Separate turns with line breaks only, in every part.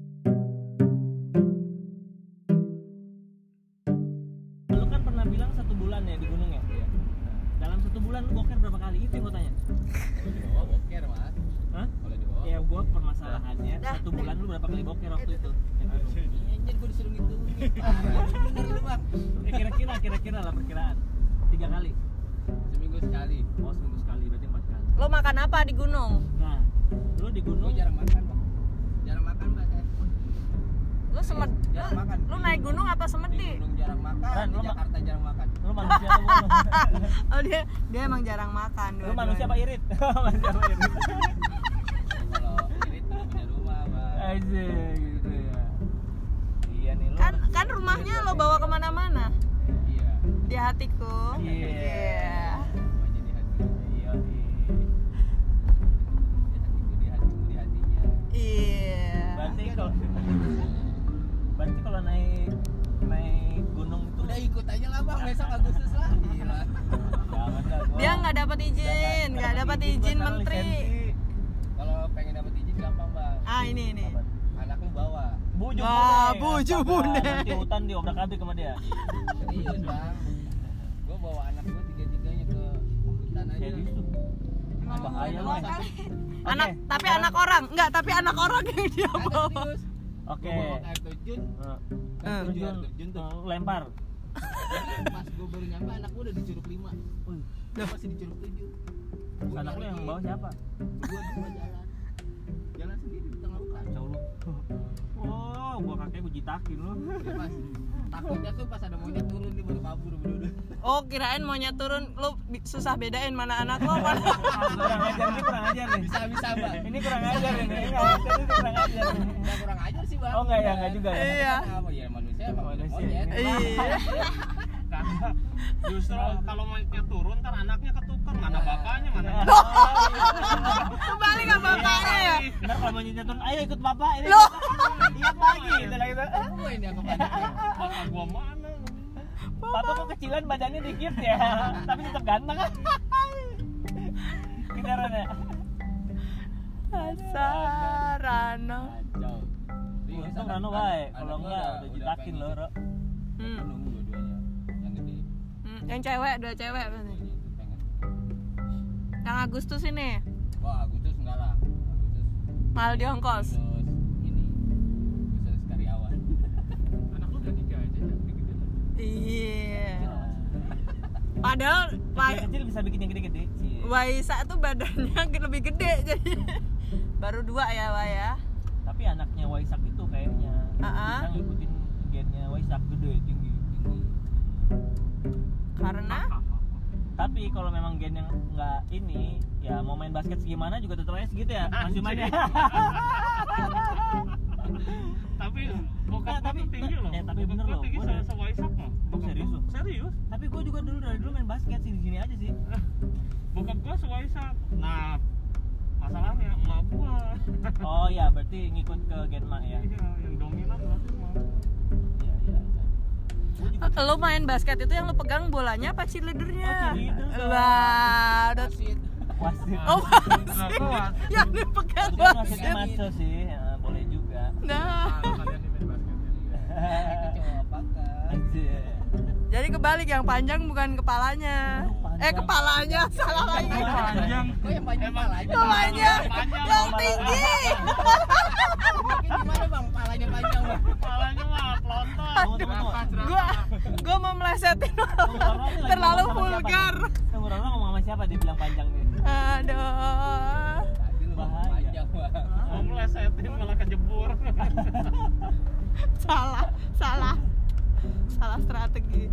kan ya Iya. satu bulan lu boker berapa kali itu yang gue tanya
Kalau di bawah boker mas.
Hah?
Kalau di bawah.
ya gue permasalahannya
Dah.
satu bulan lu berapa kali boker waktu itu
Iya, Anjir gue disuruh ngitungin. parah. Bener lu bang.
ya kira-kira kira-kira lah perkiraan tiga kali
Seminggu sekali.
oh seminggu sekali berarti empat kali
Lo makan apa di gunung?
nah lu di
Gue
gunung
jarang makan bang. Jarang makan ya. bang saya.
Lo semed
Iya,
Jarang
lo,
makan.
lo naik gunung apa
Di
semedi?
Gunung jarang makan.
Ran,
Di
lu ma-
Jakarta jarang makan.
lu manusia apa lu?
Oh dia dia emang jarang makan.
lu manusia apa iya?
dua-duanya.
irit manusia apa irit
Kalau irit belum punya rumah bang.
aja gitu ya iya nih lu
Kan kan rumahnya lo bawa kemana-mana.
Iya.
Di hatiku.
Iya.
Gua jadi hati.
iya
Di hatiku, di hatiku, di hatinya.
Iya.
berarti kalau iya. berarti kalau naik naik gunung itu
Udah ikut aja lah bang. Besok Agustus lah. Gila.
jangan dah, gua-
Dia nggak dapat izin, nggak dapat
gua
izin
sekarang
menteri.
lisensi.
Kalau pengen dapet izin gampang bang.
Ah ini ini.
Apa?
Anakmu bawa.
Buju ya.
Wah,
Bune.
Buju
Astaga,
Bune.
nanti hutan diobrak abrik sama dia.
Serius bang. Gue bawa anak gue tiga tiganya ke hutan aja.
Serius tuh.
Emang
Bahaya
mau
lu.
kali.
Oke,
Anak tapi
sekarang-
anak orang, nggak tapi anak orang yang dia
Kagak
bawa.
serius.
Oke.
Gua bawa ke air terjun.
Eh,
Air
Eh.
terjun,
terjun,
air terjun tuh.
eh, lempar.
Pas gue baru nyampe anak gue udah di curug lima.
Wih,
Gue masih di curug tujuh. Gua
Nah. anak lu yang
nyariin.
bawa siapa?
Berdua berdua jalan. Jalan sendiri di tengah hutan.
Jauh lu. Oh, gua kakek gua jitakin lu.
Dia Pas takutnya tuh pas ada monyet turun dia baru kabur berdua.
Oh kirain maunya turun, lo bi- susah bedain mana anak lo mana.
Ah, kurang ajar ini kurang ajar nih.
Bisa bisa bang.
Ini kurang ajar ini. Ini nggak bisa, ini kurang ajar. nih.
Nggak kurang ajar sih bang.
Oh, nggak ya, nggak juga ya.
Iya.
Apa ya manusia emang ada
Manusia,
monyet.
ini.
Iya.
Kagak. Justru kalau monyetnya turun ntar anaknya ketukar mana
Iya.
bapaknya mana
Kembali ke bapaknya ya.
Ntar kalau monyetnya turun, ayo ikut bapak. Ini
Loh.
iya pagi. Gitu lah gitu.
Gue ini aku pandang.
bapak gua mana
Papa kok kecilan badannya dikit ya, tapi tetap ganteng kan? Kendaraan ya.
Sarano.
Kacau. Jadi ini
Untung
sama-
Rano
anak-
baik,
anak
kalau
kan gua
enggak udah jitakin
pengen gitu.
lo, Ro.
ikut.
Hmm.
Nunggu dua-duanya. Yang gede.
Hmm, Yang cewek, dua cewek berarti.
Ini itu pengen.
Yang Agustus ini,
Wah, Agustus enggak lah. Agustus.
mahal di ongkos.
Agustus ini. Agustus karyawan.
anak lu udah nikah aja ya gede
Iya. Padahal
Yang
Pak
kecil bisa bikin yang gede-gede.
Waisa tuh badannya lebih gede jadi baru dua ya Waya.
Tapi anaknya Waisak itu kayaknya
Ah-ah.
bisa ngikutin gennya Waisak gede tinggi.
Karena
Tapi kalau memang gen yang enggak ini, ya mau main basket segimana juga tetap aja segitu ya. Masih main ya.
tapi bokap
Eh,
gua
tapi-
tuh tinggi loh
eh, tapi
Bokap
bener
gua
loh,
tinggi
gua
sama
udah-
sama Waisak loh Bokap
Serius
gua-
loh?
serius
Tapi gue juga dulu dari dulu main basket sih di sini aja sih.
bokap gua sama Waisak nah masalahnya emak gua
Oh iya, berarti ngikut ke gen mak ya.
Iya, yang dominan lah emak
Iya, iya, iya. Gua juga
lo main basket itu yang lo pegang bolanya apa cheerleadernya?
Oh, cheerleader dong.
Wah, udah
Wasit.
wasit.
Oh,
Nah, gua wasit.
yang dipegang
Itu kan
wasit.
wasitnya maco sih, ya, boleh juga.
Nah,
kalian ini main basket
ya?
Itu cowok apakah?
Anjir.
jadi kebalik yang panjang bukan kepalanya. Eh
Panjang.
kepalanya salah lagi.
panjang
Kok Oh, yang panjang palanya?
Kepalanya
Panjang,
yang tinggi.
Mungkin gimana Bang? Palanya panjang, Bang.
kepalanya mah pelontos
Tunggu, tunggu, tunggu.
Gua gua mau melesetin lo.
Tunggu, Roro ini lagi
Terlalu
ngomong sama siapa
vulgar.
nih? Tunggu Roro ngomong sama siapa dia bilang panjang nih.
Aduh.
Tadi lu ngomong
Bahaya.
panjang, Bang.
mau melesetin malah kejebur
Salah, salah. Salah strategi.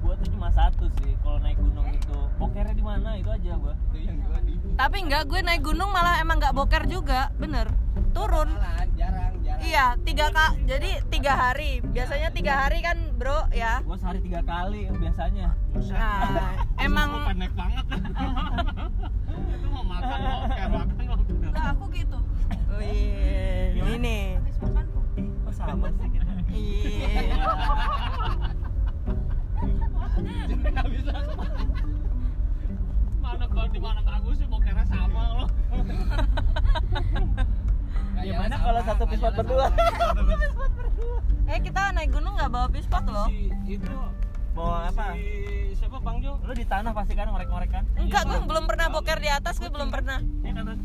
Gua tuh cuma satu sih kalau naik gunung itu. Bokernya di mana itu aja gua.
Itu yang gua di
Tapi enggak gue naik gunung malah emang nggak boker juga, bener. Turun.
Malan, jarang, jarang.
Iya, tiga kak. Jadi tiga hari. Biasanya tiga hari kan, bro, ya.
Gua sehari tiga kali biasanya.
Nah,
Gua
emang.
pendek banget itu mau makan boker makan boker
aku gitu
Wih, Oh, iya. ini.
habis makan
Ih, kok sama sih kita?
Iya.
Nggak bisa.
mana kalau di mana bagus sih bokernya sama loh
Ya mana kalau satu pispot berdua?
Eh kita naik gunung nggak bawa pispot loh.
Si itu
Mau apa?
Si siapa Bang Jo?
Lu di tanah pasti kan ngorek-ngorek kan?
Enggak, gue belum pernah boker di atas, gue belum pernah.
Iya kan? Rod?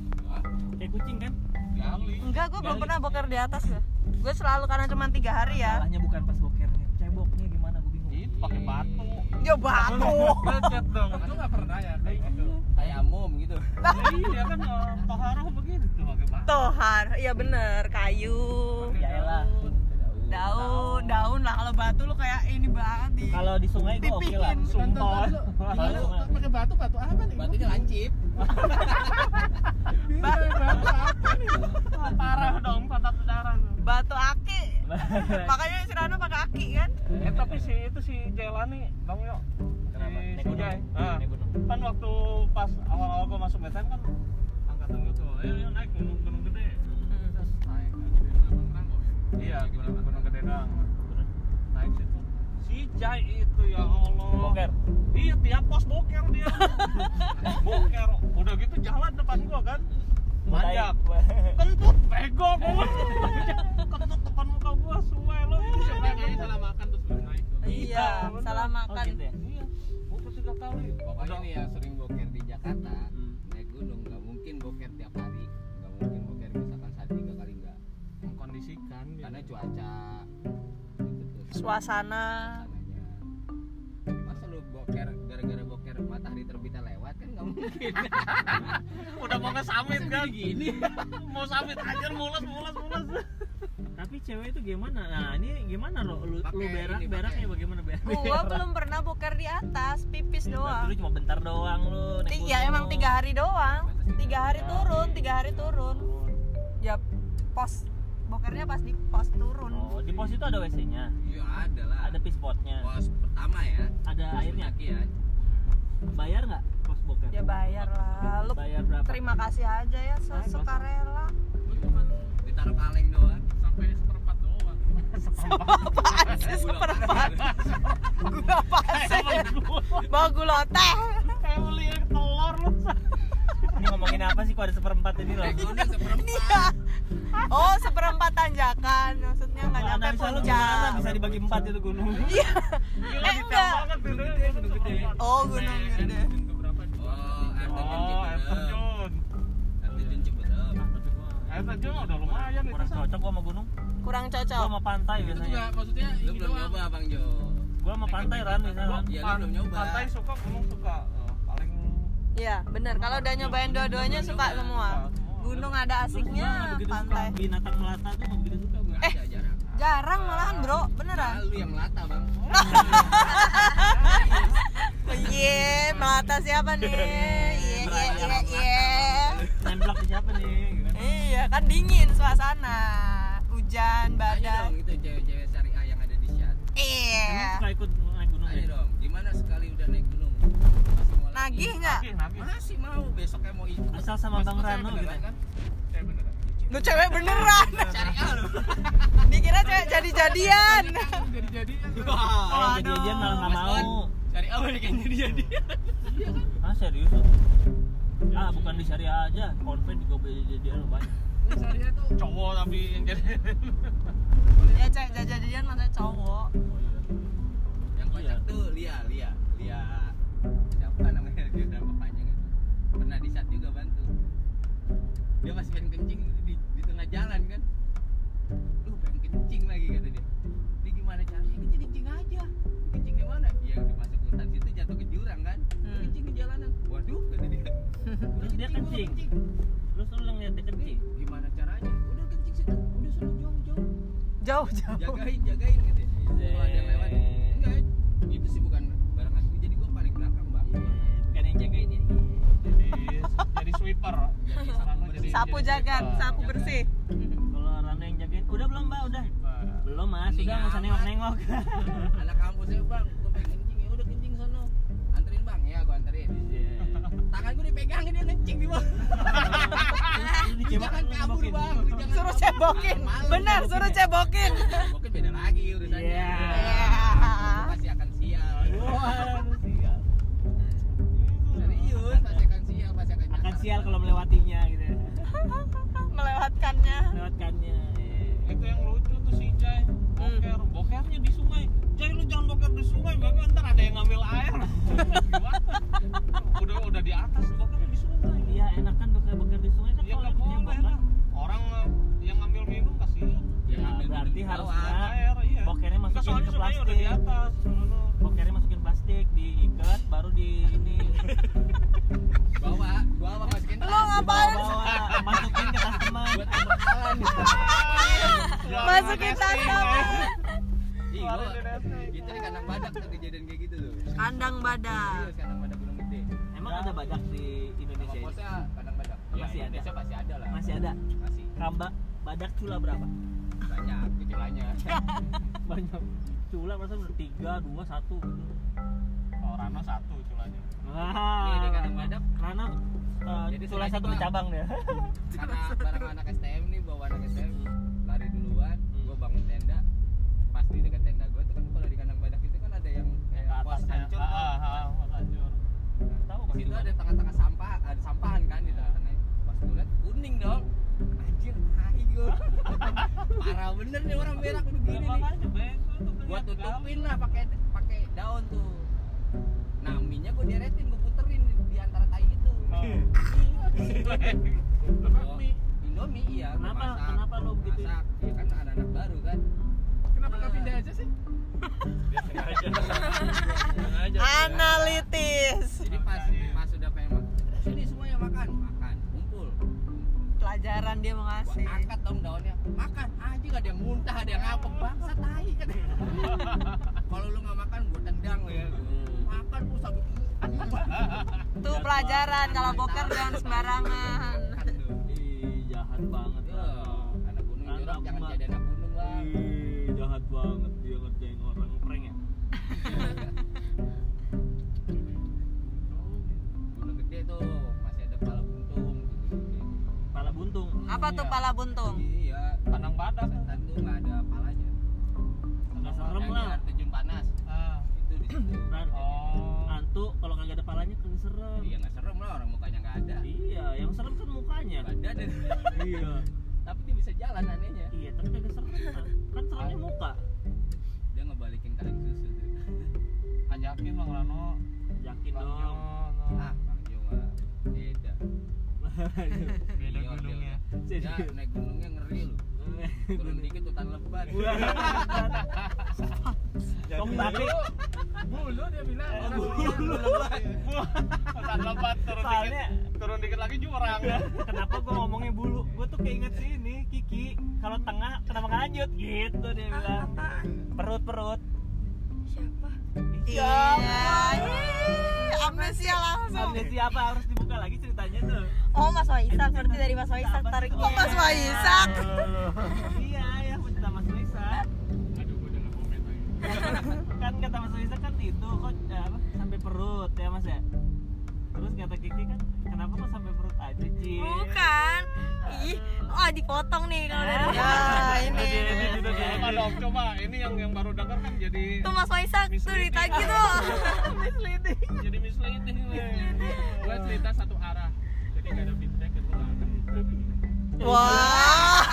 Kayak kucing kan?
Gali.
Enggak, gue belum pernah boker di atas gue. Gue selalu karena cuma tiga hari ya.
Salahnya bukan pas bokernya, ceboknya gimana gue bingung.
Itu pakai batu.
Ya batu.
Lecet dong.
Lu nggak pernah ya kayak gitu. Tayamum gitu.
Iya kan eh, toharoh begitu pakai batu.
Tohar, iya bener, kayu,
Ya elah.
daun, daun lah. Kalau batu lu kayak ini banget di.
Kalau di sungai gue oke lah.
Dipihin.
Sumpah.
Lalu
pakai batu batu apa nih?
Batunya lancip.
Parah dong pantat darah.
Batu aki. Makanya si Rano pakai aki kan?
Eh tapi si itu si Jelani Bang
Iya.
Jo.
Kenapa?
Si
Naik
si
gunung.
Jai. Ah.
Naik gunung.
Kan waktu pas awal-awal gua masuk BTN kan angkatan gua tuh, ayo ayo naik gunung gunung gede. Naik Iya, gunung gunung gede doang. Naik situ. Si Jai itu ya Allah.
Boker.
Iya, tiap pos boker dia. boker. Udah gitu jalan depan gua kan. Manjak. Kentut bego gua. Kentut depan muka gua suwe lo. Siapa yang
Kayaknya salah makan terus belum naik tuh.
Iya,
bener.
salah
Oh
makan.
gitu ya?
Iya, boker tiga kali.
Pokoknya
Udah.
nih yang sering boker di Jakarta, naik gunung nggak mungkin boker tiap hari, nggak mungkin boker misalkan sehari tiga kali nggak,
mengkondisikan ya.
karena cuaca gitu tuh.
Suasana.
Suasananya. Masa lu boker gara-gara boker matahari terbitnya lewat kan nggak mungkin.
udah mau ke summit kan gini mau summit anjir mules mules mules
Tapi cewek itu gimana? Nah, ini gimana Ro? Lu, lu
Pakai ini,
berak, beraknya
pakai.
bagaimana berak?
Gua belum pernah boker di atas, pipis
Lu
doang.
cuma bentar doang lu. naik
Ti- Ya
gunung.
emang tiga hari doang. Tiga hari turun, tiga hari turun. Ya pos bokernya pas di pos turun.
Oh, di pos itu ada WC-nya,
Iya ada lah.
ada pispotnya,
Pos pertama ya.
ada
pos
airnya.
pendaki ya.
Bayar nggak pos boker?
Ya bayar lah. Lu
Bayar berapa?
terima kasih aja ya se- sukarela.
Lu cuma
Ditaruh kaleng doang.
sampai seperempat doang.
Apaan sih seperempat? Gula apaan sih? Bawa gula teh.
kayak beli telur lu
Ini ngomongin apa sih? Kok ada seperempat ini loh?
Naik gunung seperempat.
Iya. Oh, seperempat tanjakan. Maksudnya nggak nyampe
Analisa lu gimana?
puncak.
Bisa dibagi empat itu gunung.
gila
Eh,
detail
enggak.
banget gede gede gede
Oh, gunung gede.
Oh, air terjun
ya. oh
Cibedem.
air terjun
Air terjun Cibedem.
air terjun udah lumayan itu
Kurang
Sa.
cocok gua sama gunung.
Kurang
Gua
cocok.
sama pantai
Itu juga
biasanya.
maksudnya
Lu
ini
belum
doang.
nyoba Bang Jo.
Gua sama pantai ran biasanya. Ran.
Iya, lu
Pan-
belum nyoba.
pantai suka gunung suka Eh, paling
Iya, bener. Kalau udah nyobain dua-duanya suka semua. Gunung
Terus gua
ada
nggak
asiknya,
begitu suka
pantai.
binatang melata tuh nggak begitu suka gua.
Eh, jarak.
Jarang malahan, Bro. Beneran.
Ah, Lu yang melata, Bang.
Iya, melata siapa nih? Iya, iya, iya, iya.
Nemplak ke siapa nih? gitu kan.
Iya, kan dingin suasana. Hujan,
Tanya dong
badai.
itu cewek-cewek syariah yang ada di Syad.
Emang
Iya.
suka ikut naik gunung
Tanya
ya?
dong, gimana sekali udah naik gunung? Masih mau lagi?
Nagih nggak?
Nagih, nagih.
Masih mau, besoknya mau ikut.
Asal sama
Mas-
Bang
mas saya
Rano
beneran
gitu.
kan?
Eh, bener.
Lu cewek beneran.
Syariah lu.
Dikira cewek jadi-jadian.
Jadi-jadi
Kalau jadi aja malah nggak
Mas Kon,
mau.
Syariah banyak yang jadi jadi.
Ah serius lu? Ah bukan di syariah aja, konven juga boleh jadi lo banyak.
Syariah tuh
cowok tapi yang jadi
Ya cewek jadi-jadian maksudnya cowok.
Oh iya.
Yang kocak
Iya.
tuh Lia, Lia, Lia. Siapa namanya dia drama panjang itu? gitu. Pernah di Syad juga bantu. Dia masih pengen kencing di, di tengah jalan kan? Lu pengen kencing lagi kata dia. Ini gimana caranya? Kencing kencing aja. Kencing di mana? Iya udah masuk hutan situ jatuh ke jurang kan? Lu
Hmm.
Kencing di jalanan. Waduh kata dia.
Terus dia
gua mau
kencing. Terus lu ngeliat dia kencing.
Gimana caranya? Udah kencing situ. Udah suruh jauh-jauh.
Jauh-jauh.
jagain jagain gitu kalau ada yang lewat enggak itu sih bukan barang aku jadi gue paling belakang bang
Bukan yang jagain ya.
jadi jadi sweeper
Jadi sapu
Rano
bersih.
jadi-
Sapu
jadi
jagat,
sweeper. Iya.
sapu
Jagat.
bersih.
Kalau Rano yang jagain, udah belum mbak? Udah.
Sweeper.
Belum mas,
Mending
udah nggak usah
amat.
nengok-nengok.
Iya. anak kampusnya bang gue pengen kencing ya udah kencing sono anterin bang ya gue anterin tangan gue dipegangin dia kencing di bawah
Lu
Lu
dicebok,
jangan
lu
kabur
cebokin.
bang Lu jangan
Suruh
kabur.
cebokin.
Malu,
Bener,
cebokin
suruh
ya.
cebokin.
cebokin beda lagi urusannya Iya.
Iya.
Lu pasti akan sial
Wah, sial.
serius pasti akan sial pasti akan
Akan
nyasar.
sial kalau melewatinya gitu. ya.
Melewatkannya.
Melewatkannya. Hmm.
itu yang lucu tuh si Jai boker boker airnya di sungai jadi lu jangan boker di sungai bagaimana ntar ada yang ngambil air udah udah di atas bokernya di sungai
Iya enak kan beker-beker di sungai kan
ya
kalau
nggak boleh
nyemplung kan.
lah orang eh, yang ngambil minum kasihan
Ya, berarti harusnya
air iya
bokernya
Nggak,
masukin
soalnya
ke
sungainya udah di
plastik.
atas no, no.
Bokernya masukin plastik, diikat, baru di ini
bawa bawa masukin
Lo
tas.
ngapain?
bawa masukin ke tas teman.
buat bekalan
Jangan
Masukin tas
testing,
teman.
eh.
Ih,
Keluarin
gua-
di testing.
gitu
itu di kandang badak tuh kejadian kayak gitu loh
Kandang badak.
Serius, kandang badak gunung gede
Emang ada badak di
sama
Indonesia ini?
kosnya kandang badak
Iya,
Masih ada.
Indonesia masih ada lah
Masih ada.
masih
Kamba badak cula berapa?
banyak kecilanya
Banyak. Cula masa udah tiga, dua, satu gitu.
oh Rano satu culanya
Nih, di
Wah.
kandang badak
Karena uh,
Jadi
cula
sengaja
satu
gua-
bercabang ya. dia.
karena barang anak STM nih bawa anak STM lari duluan gue bangun tenda pas di dekat tenda gue tuh kan kalau di kandang badak itu kan ada yang kayak
Ke
pos
atasnya.
hancur
Ah, ah,
tuh
ah, pos hancur
Tahu
di
kan
situ
cula?
ada tengah-tengah sampah ada sampahan kan di tengah-tengah pas gue liat kuning dong anjir tai gue parah bener nih orang berak begini nih
makanya bego tuh
gue
kelihatan
tutupin lah pakai pakai daun tuh nah minyak gue deretin gue puterin di, di antara tai itu
Oh.
Lepas mie.
Indomie iya gua
Kenapa-
masak,
kenapa gitu? lo begitu?
masak ya kan ada anak baru kan
Kenapa nggak pindah aja sih?
Analitis.
jadi pas
iya.
pas sudah pengen makan sini semuanya makan makan kumpul
Pelajaran dia
gua
mengasih.
angkat dong daunnya makan aja gak ada yang muntah ada
Iya.
yang ngapok bangsa tai kan kalau lu nggak makan gua tendang lu ya makan lu sampai
Tuh pelajaran kalau boker jangan sembarangan.
Ih, jahat banget
Iya,
lah.
anak gunung
Anak Iya.
jorok jangan
emak.
jadi anak gunung lah
Ih, jahat banget dia ngerjain orang prank ya.
gunung gede tuh masih ada pala buntung gitu
Pala buntung.
Apa tuh pala buntung?
iya
kandang badak
setan tuh nggak ada palanya
Nggak serem
Yang
lah.
di air terjun panas
Ah.
itu di situ
Nah,
oh
Hantu kalau kagak ada palanya kan serem.
iya nggak serem lah orang mukanya nggak ada
Iya, yang serem kan mukanya.
badan
iya.
tapi dia bisa jalan anehnya
Iya, tapi kagak serem kan. Kan seremnya muka.
dia ngebalikin kaleng susu tuh
ajakin bang Rano
Yakin
Bang
dong.
Jono.
ah bang Jo mah beda
beda
Iya,
gunungnya
dia udah- ya naik gunungnya ngeri lu turun dikit hutan lebat
Tong tapi
Bulu Oh, dia bilang.
Orang
orang
hutan lebat
hutan lebat turun
Soalnya-
dikit turun dikit lagi jurang
Iya.
kenapa gue ngomongnya bulu? Gue tuh keinget sih ini Kiki kalau tengah kenapa nggak lanjut gitu dia
Ah,
bilang. Perut perut.
Iya. Ih, Amnesia langsung.
Amnesia siapa harus dibuka lagi ceritanya tuh.
Oh Mas Waisak berarti dari Mas Waisak tariknya. Oh Mas Waisak.
iya, ya cerita Mas Waisak.
Aduh, gua udah nggak komen lagi.
kan kata Mas Waisak kan itu kok ya apa, sampai perut ya Mas ya. Terus kata Kiki kan kenapa kok sampai perut aja, Ci?
Bukan. Ih, oh dipotong nih kalau dari ya, ini.
Itu dia,
coba dong coba ini yang yang baru dengar kan jadi
Tuh Mas Waisak tuh ditagi tuh.
jadi misleading
Iya,
nih
Gua cerita satu arah. Jadi nggak ada feedback
gitu
kedua
kan.
Wah.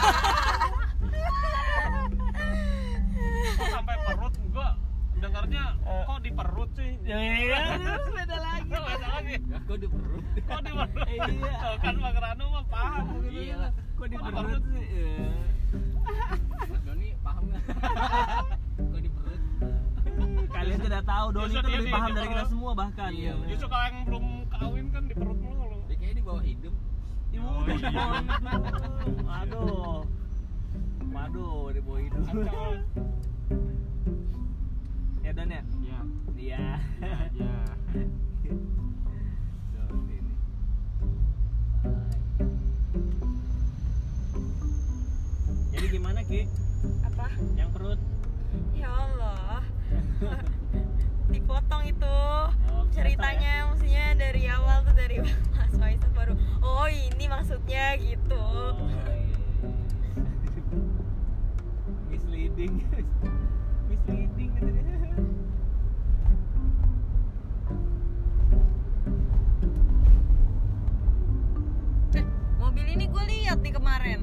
kok sampai perut gua dengarnya
Eh.
kok di perut sih
Iya,
beda lagi beda lagi
ya kok di perut
kok di perut
Iya.
Tuh, kan bang Rano mah paham gitu
iya lah
kok di perut sih? Iya.
mas Doni paham nggak kok di perut
Kalian tidak tahu Doni
Justru
itu
dia
lebih
di-
paham
di
dari kita
perut.
semua bahkan.
Iya, bener.
justru kalau yang belum kawin kan di perut mulu
Iya,
dia kayaknya di bawah hidung
Ibu
Oh,
udah
iya.
dibawain dulu. Waduh. Waduh, dibawain dulu.
kacau
Ya Dan ya?
ya
Iya.
ya
Doni ini
Jadi gimana Ki?
Apa?
Yang perut?
Ya Allah. Dipotong itu
Oh,
ceritanya maksudnya dari awal tuh dari Mas Waisak baru oh ini maksudnya gitu.
Oh, iya, iya, iya. Misleading. Misleading gitu dia.
Mobil ini gue lihat nih kemarin.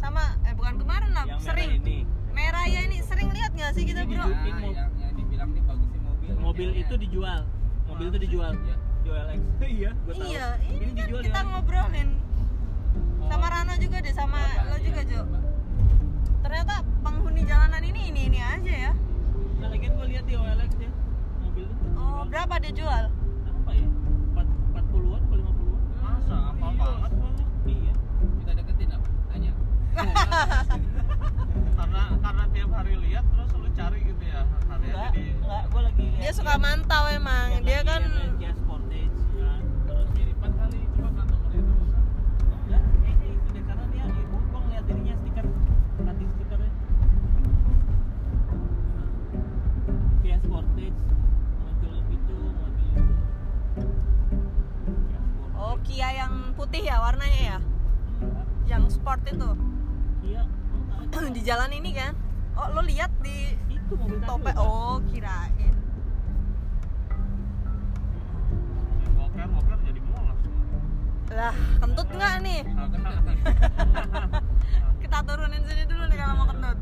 Sama eh bukan kemarin lah,
Yang merah
sering.
ini.
Merah ya ini sering lihat nggak sih kita
Iya.
bro?
Nah, yang, yang dibilang nih bagusnya mobil.
mobil itu dijual mobil itu dijual
Iya.
jual X iya gua tahu
Iya, ini kan
dijual
kita
ya. Oh.
ngobrolin sama Rano juga deh, sama lo juga Jo. Ternyata penghuni jalanan ini ini ini aja ya.
nah lagian gua lihat di OLX ya mobil itu
Oh,
dijual.
berapa dia jual?
apa ya empat empat puluhan atau lima puluhan
Masa apa banget lu?
iya
Kita deketin apa? Tanya.
Karena karena tiap hari lihat terus lu cari gitu ya hari
enggak
jadi
enggak gua lagi lihat
Dia suka mantau emang.
lihat
Dia
lagi
kan
lihat lagi Kia Sportage ya. terus
Empat kali coba kan nomornya itu.
enggak kayaknya itu deh karena dia ibu gua ngeliat dirinya stiker nanti stikernya Kia Sportage muncul itu muncul itu Kia Sportage.
Oh, Kia yang putih ya warnanya ya? Yang sport itu.
Kia enggak.
di jalan ini kan. Oh, lo lihat di
itu mobil tadi loh, Pak.
topeng. Oh, kirain.
boker boker jadi mulas.
Lah, kentut nggak nih?
Nah, kena
Iya.
Kita turunin sini dulu nih kalau mau kentut.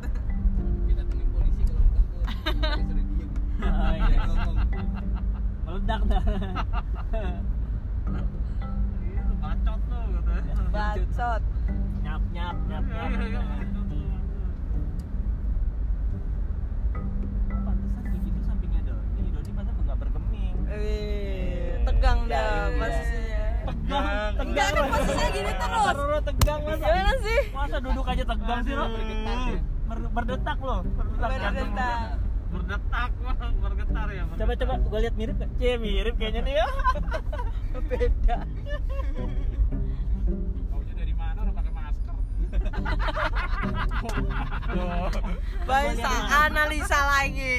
Kita temuin polisi kalau enggak tuh. Kita suruh diem.
Oh, iya.
Dia ngomong.
meledak dah
Itu bacot tuh gitu.
Bacot.
nyap nyap nyap
Iya, iya, iya,
nyap
bacot tuh.
pantesan gigi tuh sampingnya Doni Doni pantesan nggak bergeming
Eh, tegang
Ya,
dah
iya.
posisinya.
tegang
Enggak kan posisinya gini terus.
Roro tegang masa
Gimana sih?
masa duduk aja tegang sih lo
Bergetar ya.
Ber- berdetak lo berdetak
Badan
jantung.
kita.
Berdetak, Bang. bergetar ya. bergetar.
coba coba gue lihat mirip gak?
Iya,
cie mirip kayaknya nih ya
Beda.
Maunya dari mana orang pakai masker?
Bisa analisa lagi.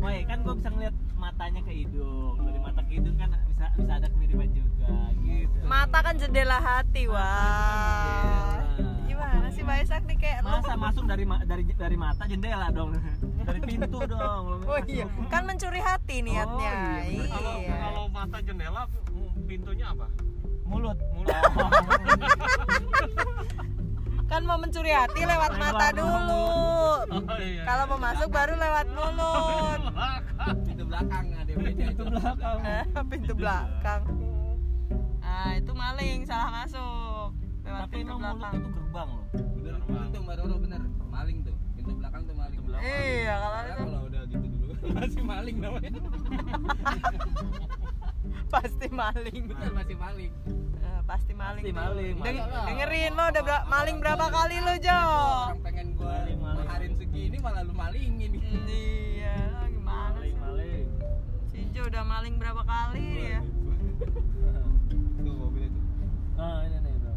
Woi, kan gue bisa ngeliat matanya ke hidung dari mata ke hidung kan bisa bisa ada kemiripan juga gitu
Mata kan jendela hati, wah.
jendela.
Gimana sih Baisak nih kayak lu?
masa masuk dari ma- dari dari mata jendela dong dari pintu dong lo
Oh
masuk.
iya, kan mencuri hati niatnya.
Oh, iya, bener.
Kalau
Iya.
kalau mata jendela pintunya apa?
mulut
Mulut.
Kan mau mencuri hati lewat
Lewat
mata dulu.
Oh, iya.
Kalau mau masuk baru lewat mulut.
Pintu belakang ada beda itu.
itu belakang
Eh, Pintu belakang. Ah, itu maling salah masuk. Lewat
tapi
pintu
emang mulut
belakang.
itu gerbang loh
Bener bener tuh Mbak Roro bener. Maling tuh. Pintu belakang tuh maling. Eh,
Iya, kalau
Karena
itu
kalau udah gitu dulu masih maling namanya.
pasti maling.
Bener masih maling.
Eh, pasti maling.
Pasti
tuh.
maling,
Deng-
maling
lah.
dengerin lo udah ber- maling berapa kali lo Jo?
Orang pengen gua
Maling, maling.
maharin segini malah lu malingin.
Iya, lo gimana
maling
sih?
maling
Si Jo udah maling berapa kali ya?
Tuh mobilnya tuh.
ah ini nih bro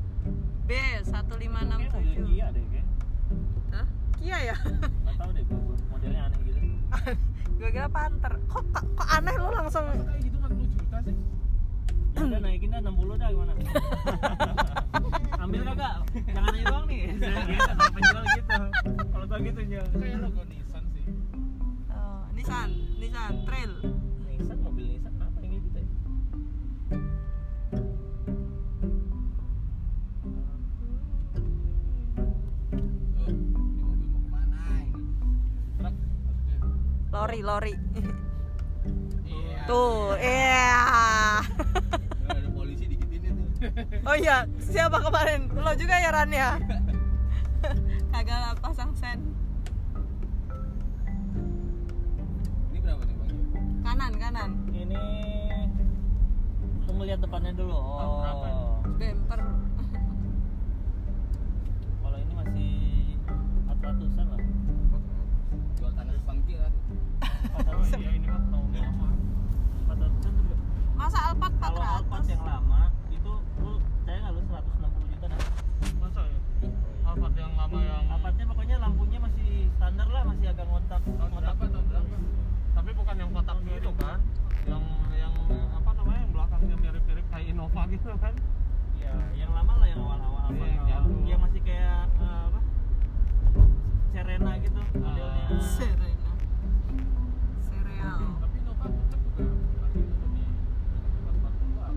B 1567.
Kia deh kayak
Hah? Kia ya?
nggak tahu deh gue modelnya aneh gitu
Gue kira panter. Kok kok, kok aneh lo langsung
Kayak gitu kan 10 juta sih.
udah naikin dah 60 dah gimana ambil kagak jangan aja doang nih gitu, kalau penjual gitu kalau tau gitu nyel
Kayak logo Nissan sih.
Oh, Nissan, Nissan Trail.
Nissan mobil Nissan apa ini gitu ya
Oh, ini mobil mau kemana ini?
Truk.
Lori, lori.
Iya.
Tuh, iya.
Tuh, Ada polisi dikitin itu.
Oh iya, siapa kemarin? Lo juga ya Ran ya? Kagak lah pasang sen.
Ini berapa nih Bang?
Kanan, kanan.
ini tunggu lihat depannya dulu
Oh, berapa ini?
oh.
Bemper.
Kalau ini masih 400-an lah.
Jual tanah Bang Ki lah.
400
Oh, iya ini mah tahun lama.
400-an tuh. Bro.
Masa Alphard
Kalau Alphard
400?
yang lama itu lu saya nggak lu 160 juta dah.
Masa ya? Alphard yang lama yang
Alphardnya pokoknya lampunya masih standar lah, masih agak ngontak.
Tahun
ngontak.
berapa? Tahun berapa?
tapi bukan yang kotak itu kan? Yang yang apa namanya? Yang belakangnya mirip-mirip kayak Innova gitu kan?
Iya, yang lama lah yang awal-awal
Iya,
Alphard.
yang jatuh.
Yang masih kayak eh, apa? Serena gitu modelnya.
Ah.
eh,
Serena. Serial.
Tapi Nova tetap juga harga itu di 440 ada.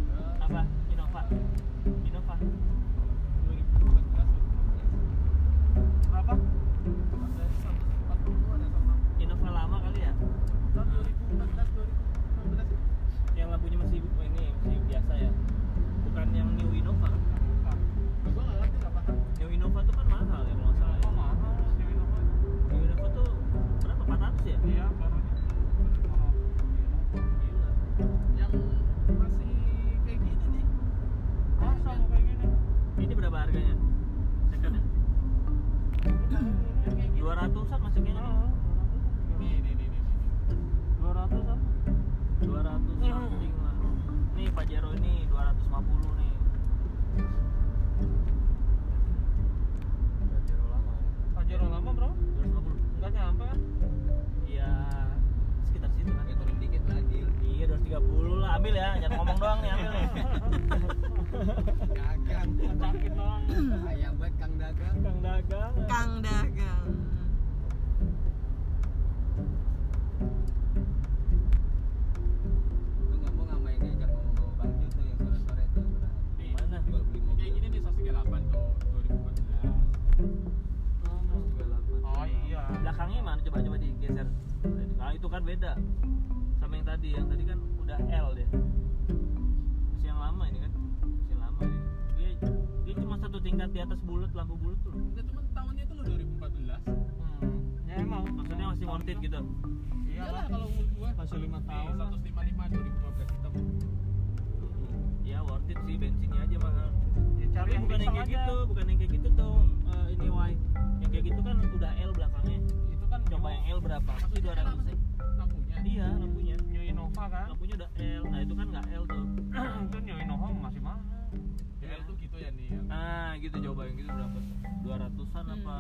Apa? Innova. Innova.
2014 itu.
Berapa?
Ada 140 ada 160.
ya?
oh,
kan ya,
ya.
ya? dua ratusan masih kayaknya nih
Nih, nih, nih, nih.
dua ratus apa
dua ratus something lah nih pajero ini dua ratus lima puluh nih
Pajero lama bro
dua ratus lima puluh
nggak nyampe kan
iya sekitar situ kan
Agak Ya, turun dikit lagi.
iya dua ratus tiga puluh lah ambil ya jangan ngomong doang nih ambil nih
Dagang.
sakit doang
Sayang banget Kang Dagang.
kang dagang
Kang Dagang.
Lu ngomong sama yang diajak ngomong sama Bang Jo tuh yang sore-sore tuh.
mana
Jual beli mobil.
Kayak gini nih 138 tuh 2014.
oh iya
belakangnya mana coba coba digeser nah itu kan beda sama yang tadi yang tadi kan udah L deh masih yang lama ini kan masih yang lama ini dia dia cuma satu tingkat di atas bulat lampu bulat tuh
Enggak cuma tahunnya itu lo 2014.
ya emang
maksudnya masih worth it gitu
iya
Iyalah
lah
kalau umur gua
masih lima tahun lah.
155 2012 kita
ya worth it sih bensinnya aja mahal
ya cari
tapi
yang
bukan yang
kencang
kayak
aja.
gitu bukan yang kayak gitu tuh eh, ini Y yang kayak gitu kan udah L belakangnya
itu kan
coba yang L berapa pasti
Maksudnya
dua
kan apa
ratus
sih? Lampunya.
iya lampunya
New Innova kan
lampunya udah L nah itu kan nggak L tuh
itu New Innova masih mahal
DL tuh gitu ya nih.
Nah, gitu coba yang gitu berapa? 200-an
Hmm.
apa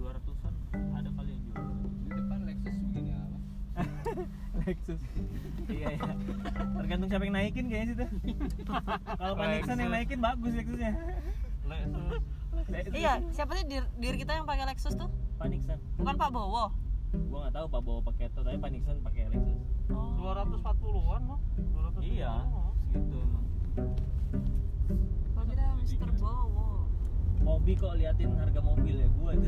200-an? Ada kali yang jual.
Di depan Lexus begini apa?
Lexus. iya, iya. Tergantung siapa yang naikin kayaknya sih tuh. Kalau Pak Nixon yang
Lexus.
naikin bagus Lexusnya.
Lexus
Lexus.
Iya, siapa sih dir, dir kita yang pakai Lexus tuh?
Pak Nixon.
Bukan Pak Bowo.
Gua enggak tahu Pak bawa pakai itu, tapi Pak Nixon pakai Lexus.
240-an mah 240-an
Iya,
mah.
segitu emang.
Kalau kita Mr. Bowo.
Hobi kok liatin harga mobil ya gua itu.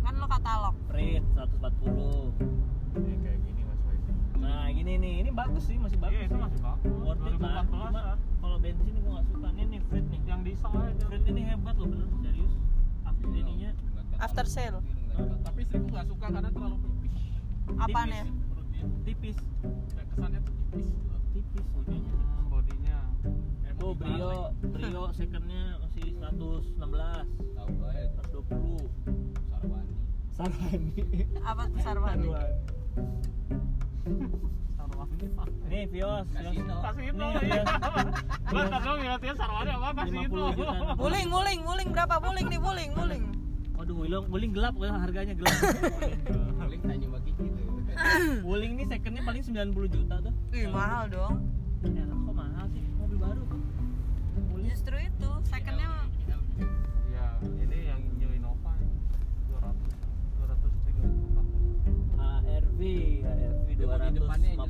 Kan lo katalog.
Print 140.
Ya, kayak gini Mas Faiz.
Nah, gini nih. Ini bagus sih, masih
iya
bagus.
itu masih bagus
Worth it lah.
2014
Cuma
kan
kalau bensin gua enggak suka. Ini nih Fred nih.
yang diesel aja
Fred ini hebat loh bener serius. Aku jadinya
After sale.
Tapi istriku nggak suka karena terlalu pipis.
Apaan ya?
Menurut dia
tipis,
Kayak kesannya tuh tipis. gitu.
tipis jadinya.
Hmm, bodinya
Emang
Oh,
gimana,
Brio,
Faiz?
Brio secondnya masih 116,
Tahu banget
120.
Sarwani.
Sarwani.
Apa tuh Sarwani?
Sarwani
Nih Vios, Vios.
Kasino.
kasih itu
Iya.
iya gua ntar dong ngertinya Sarwani apa kasih itu
50 jutaan.
Wuling, wuling, wuling berapa wuling nih wuling, wuling.
Waduh, wuling, wuling gelap kan harganya gelap.
Paling tanya bagi gitu.
wuling ini secondnya paling 90 juta tuh.
Ih, mahal dong.
Eh, kok mahal sih mobil baru tuh. Wuling.
Justru itu, secondnya
iya ini yang New Innova ini. 200 230
ARV, ARV
Dia mau di depannya yang
250-an,
jelek, Innova.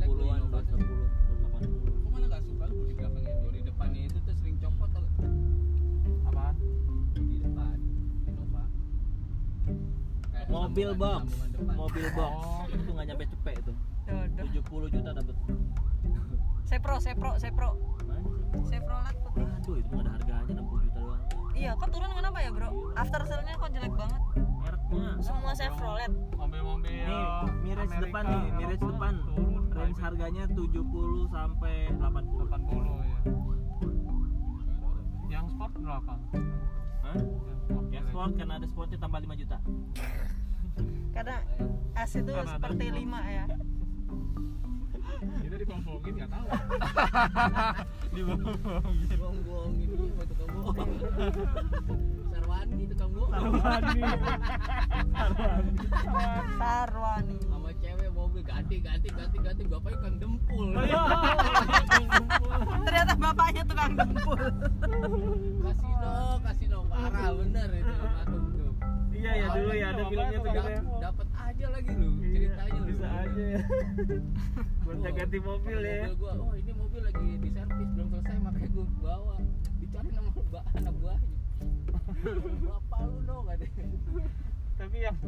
260, 280.
Aku malah nggak suka lu di belakangnya. Di depannya itu tuh sering copot tau. nggak?
apaan
Di depan. Innova. Kayak
mobil
sambungan-
box
sambungan depan.
mobil box
Oh.
itu nggak nyampe cepet itu
dodo.
70 juta dapat
Sepro, sepro, sepro.
mana sih
Chevrolet putih.
aduh itu nggak ada harganya 60 juta doang
Iya, kok turun kenapa ya, Bro? After sale-nya kok jelek banget.
mereknya Iya,
Semua Chevrolet.
mobil-mobil ya,
nih mirage
Amerika,
depan nih mirage
Eropa
depan
turun
range
harga
harganya 70 sampai 80
80 ya yang sport berapa
Hah?
yang sport
ya sport karena ada sportnya tambah 5 juta
Karena S itu
Karena ada
seperti
sport.
5 ya.
Kita dibohongin nggak tahu.
Bohong-bohongin dia sama tukang bohong. Sarwani tukang bohong.
Sarwani.
sama cewek mobil ganti ganti ganti ganti bapaknya kan dempul
Ternyata bapaknya tukang dempul.
kasino kasino parah bener itu satu tuh
iya ya dulu ya ada
Apa
filmnya tuh gitu
itu, Bang?
ya Iya,
Dap- dapat aja lagi lu ceritanya lu
bisa aja ya buat
Wow.
ganti mobil ya
mobil gua oh ini mobil lagi di servis belum selesai makanya gua bawa dicari nama ba- anak buahnya bapak lu dong ada
tapi yang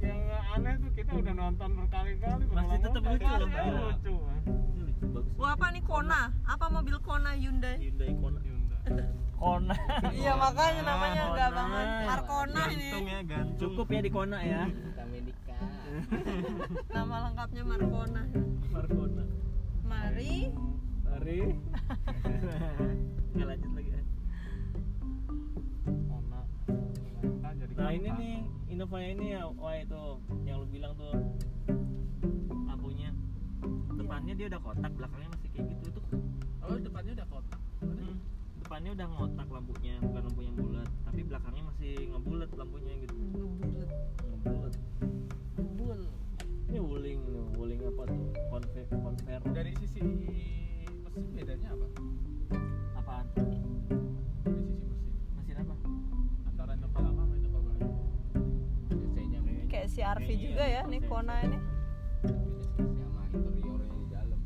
yang aneh tuh kita udah nonton berkali-kali
Masih
berulang-ulang,
tetap lucu,
masih
Bang.
lucu ya.
Ini lucu, bagus
Wah, apa nih Kona? Apa mobil Kona Hyundai?
Hyundai Kona Kona
Iya, makanya namanya
Kona.
udah banget Markona ini.
ya gantung
Nah, cukup ya di Kona ya
kita medika
Nama lengkapnya Markona.
Markona
Mari
Mari. Nggak lanjut lagi.
Ona. Mereka jadi
Nah ini
gampang.
nih Innova ini ya wah itu yang lu bilang tuh lampunya depannya dia udah kotak belakangnya masih kayak gitu itu
oh depannya udah kotak
hmm, depannya udah ngotak lampunya bukan lampu yang bulat tapi belakangnya masih ngebulat lampunya gitu
Ngebulet,
ngebulat
ngebul.
ini wuling nih, wuling apa tuh konver konver
dari sisi mesin bedanya apa
apaan
dari sisi mesin
mesin apa
antara Innova lama sama Innova baru
cc-nya kayaknya
Kayak si RV
Kayaknya
juga
iya,
ya,
konsen.
Nikona ini.
beda cc sama interiornya di dalam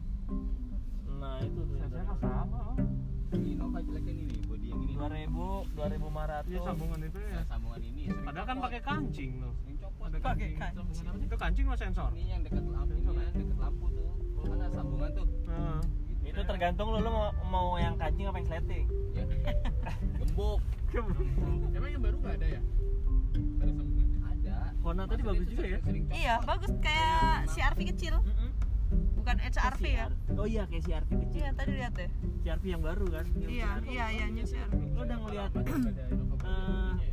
nah itu tuh
Saya mah sama. oh.
ini Innova jeleknya ini nih body yang ini
dua ribu dua ribu
Iya sambungan itu ya.
Nah, sambungan ini sering
Padahal kan
copot.
pakai kancing tuh.
sering copot
Ada
Pakai
kancing.
kancing.
Sambungan apa sih? Itu kancing sama sensor.
ini yang dekat lampu ini yang dekat lampu tuh mana sambungan tuh
Nah,
gitu.
itu tergantung lu, lu mau, mau yang kancing apa yang sleting
ya. gembok
emang yang baru nggak ada ya ada sambungan
ada
warna tadi
Maksudnya
bagus
itu
juga ya
sering- sering copot.
Iya, bagus kayak si RV kecil, bukan HRV ya.
oh iya kayak CRV kecil
Iya, tadi lihat deh.
CRV yang baru kan Yang
Iya,
CRV.
iya, iya, new si RV.
Lu udah ngeliat
ada Innova baru
Eh.
ya.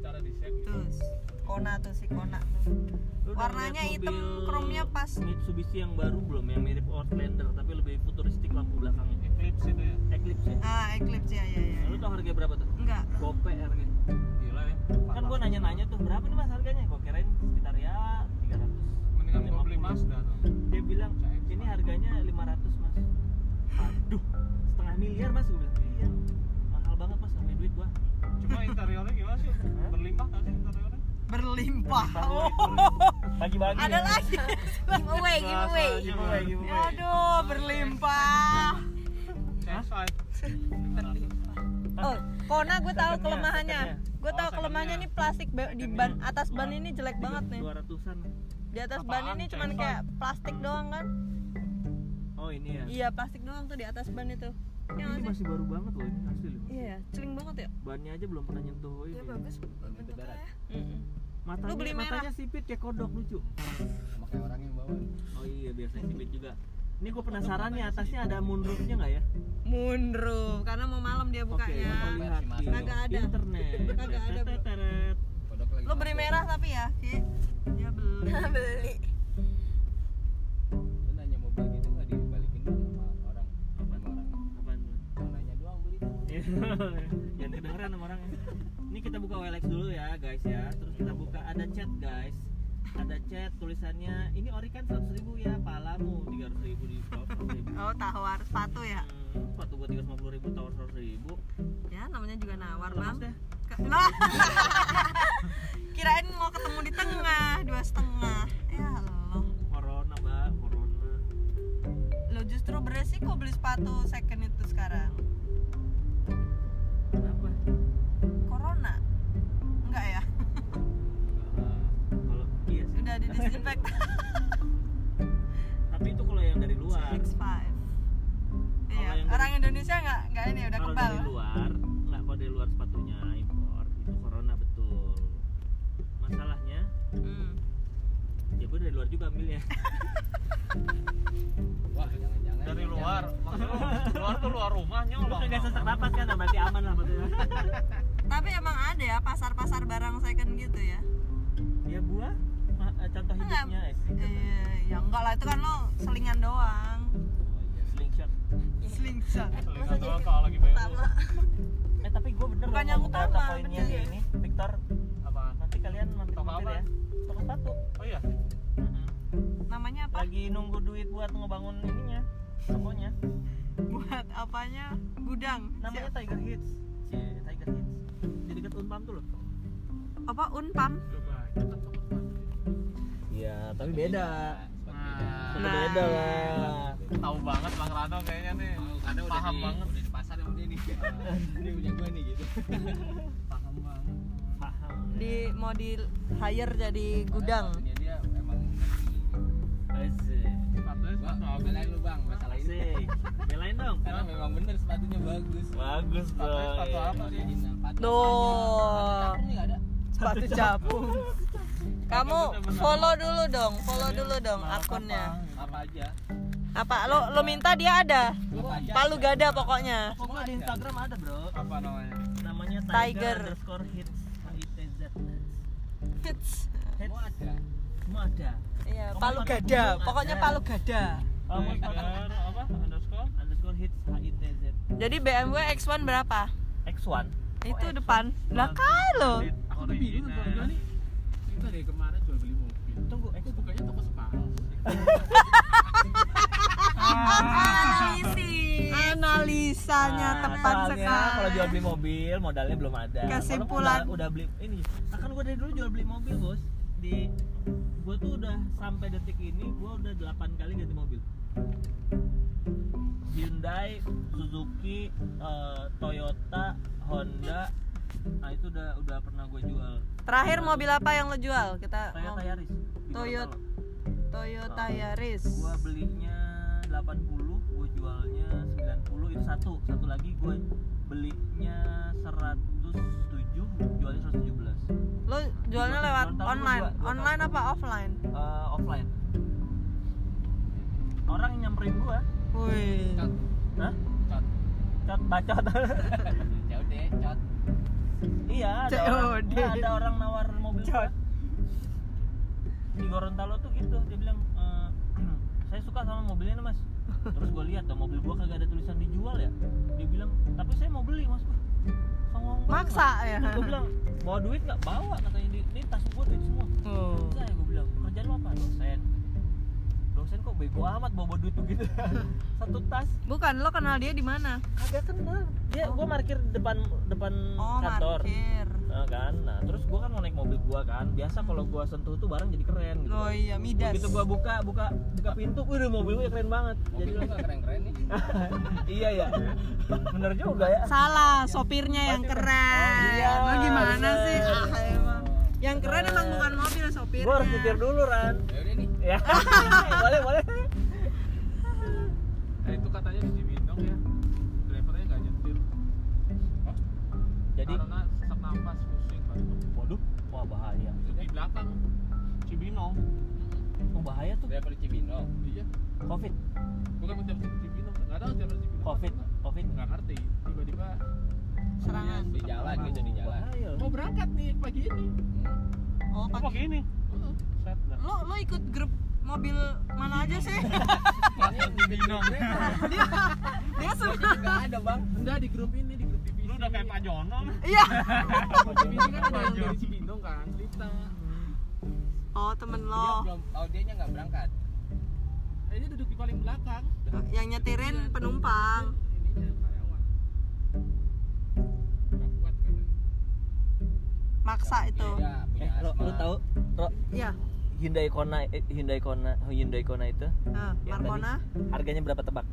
secara desain gitu.
Tuh, si Kona tuh si Kona tuh.
lu udah
Warnanya
ngeliat
hitam,
mobil
chrome-nya pas.
Mitsubishi yang baru belum yang mirip Outlander tapi lebih futuristik lampu belakangnya
Eclipse itu ya.
Eclipse ya
Ah, Eclipse ya, ya, ya.
Nah, lu tau harganya berapa tuh?
Enggak.
Gope harganya
gila ya
kan gua nanya-nanya tuh berapa nih mas harganya gua kirain sekitar ya 300
Mendingan gua beli
50.
Mazda tuh.
dia bilang ini harganya 500 mas aduh setengah miliar mas gua bilang iya mahal banget mas namanya duit gua
Cuma interiornya gimana sih? Berlimpah nggak sih interiornya?
Berlimpah.
Baru
Oh,
itu, bagi-bagi
ada lagi. giveaway, giveaway.
giveaway giveaway
Aduh, berlimpah.
CS5.
Oh, Kona gue tahu
Tekannya,
kelemahannya.
tekannya.
Gue tahu
Oh,
kelemahannya nih
tekannya.
plastik ba- di ban atas ban ini jelek banget nih.
200-an
Di atas ban
Apaan,
ini cuman
Cengson?
kayak plastik doang kan?
oh ini ya
Iya, plastik doang tuh di atas ban itu.
Tapi
Iya
ini
nggak sih?
masih baru banget loh ini asli loh
Iya, celing banget ya.
bannya aja belum pernah nyentuh Oh, ini
Iya bagus bentuknya
barat.
ya. Mm-mm.
matanya
Lu beli merah.
matanya sipit kayak kodok lucu
sama kayak orang yang bawa
oh iya biasanya sipit juga ini gue penasaran nih atasnya ada moonroofnya nggak ya
Mundur karena mau malam dia
kita
bukanya.
lihat di
ya. Kagak ada.
internet
Kagak ada, Bro.
Tetetetet.
kodok lagi
Lo beri merah tapi ya, Ki. Dia beli. beli.
lu nanya mau beli gitu nggak dibalikin dong sama orang sama
Apaan?
orang
apaan tuh?
Kalau nanya doang beli dong
Jangan Iya. kedengeran sama orangnya. Ini kita buka OLX dulu ya guys ya. Terus kita buka ada chat guys. Ada chat tulisannya ini ori kan 100 ribu ya, palamu 300 ribu di bawah 100 ribu.
Oh, tawar sepatu ya.
Hmm, sepatu gua 350 ribu, tawar 100 ribu.
Ya, namanya juga nawar,
Lepas
Bang.
deh.
Ke- Lah. Kirain mau ketemu di tengah, dua setengah. Ya Allah.
Corona mbak, corona.
Lo justru beresiko beli sepatu second itu sekarang.
Kenapa?
Corona. Enggak ya?
Kalau iya sih.
Udah didisinfektan
Tapi itu kalau yang dari luar.
X5. Iya,
Kalau yang dari-
orang Indonesia nggak nggak ini udah
Kalau
kebal.
dari luar, nggak kalau dari luar sepatunya impor itu corona betul. Masalahnya
Hmm.
ya gue dari luar juga ambilnya
wah jangan jangan
Dari luar, maksudnya lu- luar tuh luar rumahnya
lu kagak sesak napas kan berarti aman lah betul
Tapi emang ada ya pasar-pasar barang second gitu ya?
ya gua ma- eh, contoh
Enggak.
hidupnya eh, sih.
Iya, ya enggak lah itu kan lo selingan doang.
Oh, iya, slingshot
Slingshot. Masa
Selingan doang
jadi
kalau lagi bayar
utama.
eh tapi gua bener
Bukan
loh
yang
mau buka
utama,
poinnya
kecil
dia
ya.
ini Victor
Apaan?
nanti kalian mampir
Toko
mampir
apa?
ya toko sepatu
Oh iya.
Namanya apa?
lagi nunggu duit buat ngebangun ininya tokonya
Buat apanya? Gudang.
namanya
Siap.
Tiger Hits Cie, Tiger Hits di dekat Unpam tuh loh
apa? Unpam.
Udah baik.
iya tapi
Spot beda.
Nah.
beda lah
Tahu banget Bang Rano kayaknya nih.
Tahu, kadang udah
Paham
di- Iya,
banget.
udah di pasar sama dia nih
Iya.
ini punya gue nih gitu
Paham banget.
paham
Di mau di hire jadi gudang.
Maksudnya dia emang
Asik.
Sepatunya
gua
sepatu apa?
belain lu bang masalah ini
Asik. belain dong
karena memang bener sepatunya bagus
Iya. bagus
Sepatunya
dong
iya,
sepatu apa sih?
Loh.
ini nggak ada
Sepatu capung. Kamu follow dulu dong, follow dulu
Iya,
dong akunnya.
apa aja
Apa lo lo minta dia ada?
apa aja
Palu gada pokoknya.
Pokoknya di Instagram ada bro
Apa namanya?
Namanya
Tiger.
Tiger, underscore hits H-I-T-Z.
hits
Head
Semua ada.
semua ada.
iya
Kamu
palu
ada
gada
gunung,
pokoknya
ada.
palu gada
Kamu
Iya.
sekarang apa underscore
Underscore hits H I T Z.
jadi BMW X1 berapa
X1.
itu depan lah kalau
Aku tuh bingung tuh harga nih. Kita dari kemarin jual beli mobil.
Tunggu,
Kok
X1.
bukanya toko separuh.
analisis analisanya
Nah,
tepat
soalnya
sekali
Kalau jual beli mobil modalnya belum ada. Walaupun
Kesimpulan.
udah, udah beli ini. Nah, kan gue dari dulu jual beli mobil bos. Di gue tuh udah sampai detik ini gue udah 8 kali ganti mobil. Hyundai, Suzuki, eh, Toyota, Honda, nah itu udah udah pernah gue jual.
terakhir mobil apa yang lo jual kita mau
Toyota Yaris. di
Toyota.
Gorontalo.
Toyota
Ah.
Yaris
Gua belinya 80, gue jualnya 90 itu satu. Satu lagi gue belinya 107, jualnya 117.
lo jualnya
Gua-
lewat
Gorontalo gua
online
dua- dua
online
tahun.
apa offline
Eh, offline. Orang yang nyamperin gua,
wih
Cot,
hah?
cot,
Cot bacot.
jauh deh, Ya cot.
iya, ada orang,
COD.
iya, ada orang nawar mobil gua.
Cot.
Di Gorontalo tuh gitu, dia bilang eh, saya suka sama mobilnya mas terus gue lihat tuh mobil gua kagak ada tulisan dijual ya dia bilang tapi saya mau beli mas Wah, songong banget,
maksa
Mas.
ya
gue bilang bawa duit nggak bawa katanya di ini tas gue duit semua
Oh.
saya gue bilang kerjaan lu apa dosen dosen kok bego amat bawa duit begitu satu tas
bukan lo kenal dia di mana
kagak kenal dia gue parkir depan depan
oh
kantor
parkir
Nah, kan nah terus gue kan mau naik mobil gue kan biasa kalau gue sentuh tuh barang jadi keren gitu
oh iya midas
begitu gue buka buka buka pintu udah mobil gue keren banget
Mobil
jadi
lu nggak keren-keren nih.
iya ya bener juga ya
salah sopirnya yang keren
Oh, iya.
Lo gimana
Bener.
sih ah emang yang keren emang bukan mobil sopirnya
gue harus nyetir dulu ran
Ya udah nih.
ya boleh boleh
Eh itu katanya di Cibinong ya. Drivernya nggak nyetir.
jadi
Karena sesak nafas pusing batuk.
waduh wah bahaya
Itu di belakang Cibinong.
oh bahaya tuh
Driver Cibinong.
Iya.
covid
Bukan mencari Cibinong. Nggak tahu driver Cibinong.
covid covid
Nggak ngerti. Tiba-tiba
serangan
Iya
Di jalan gitu di jalan.
bahaya
mau berangkat nih pagi ini.
oh
apa
pagi
gini
Heeh.
set dah
lo lo ikut grup mobil mana aja sih
Kayaknya di Cibinong.
dia dia suka
Enggak ada, Bang.
Enggak di grup ini, di grup divisi.
lu udah kayak Pak Jono lah.
iya
Kalau divisi kan ada yang dari Cibinong kan, Lita.
oh temen
Dia
Iya,
lo
belum audienya nggak berangkat.
Eh, Ini duduk di paling belakang.
yang
Iya,
nyetirin penumpang
Ininya karyawan. Nggak kuat kan.
maksa itu
Iya, punya
eh lo
asma.
lo tau Ro,
iya
Hyundai Kona eh, Hyundai Kona Hyundai Kona itu
Nah,
yang Iya, tadi,
Marcona
harganya berapa tebak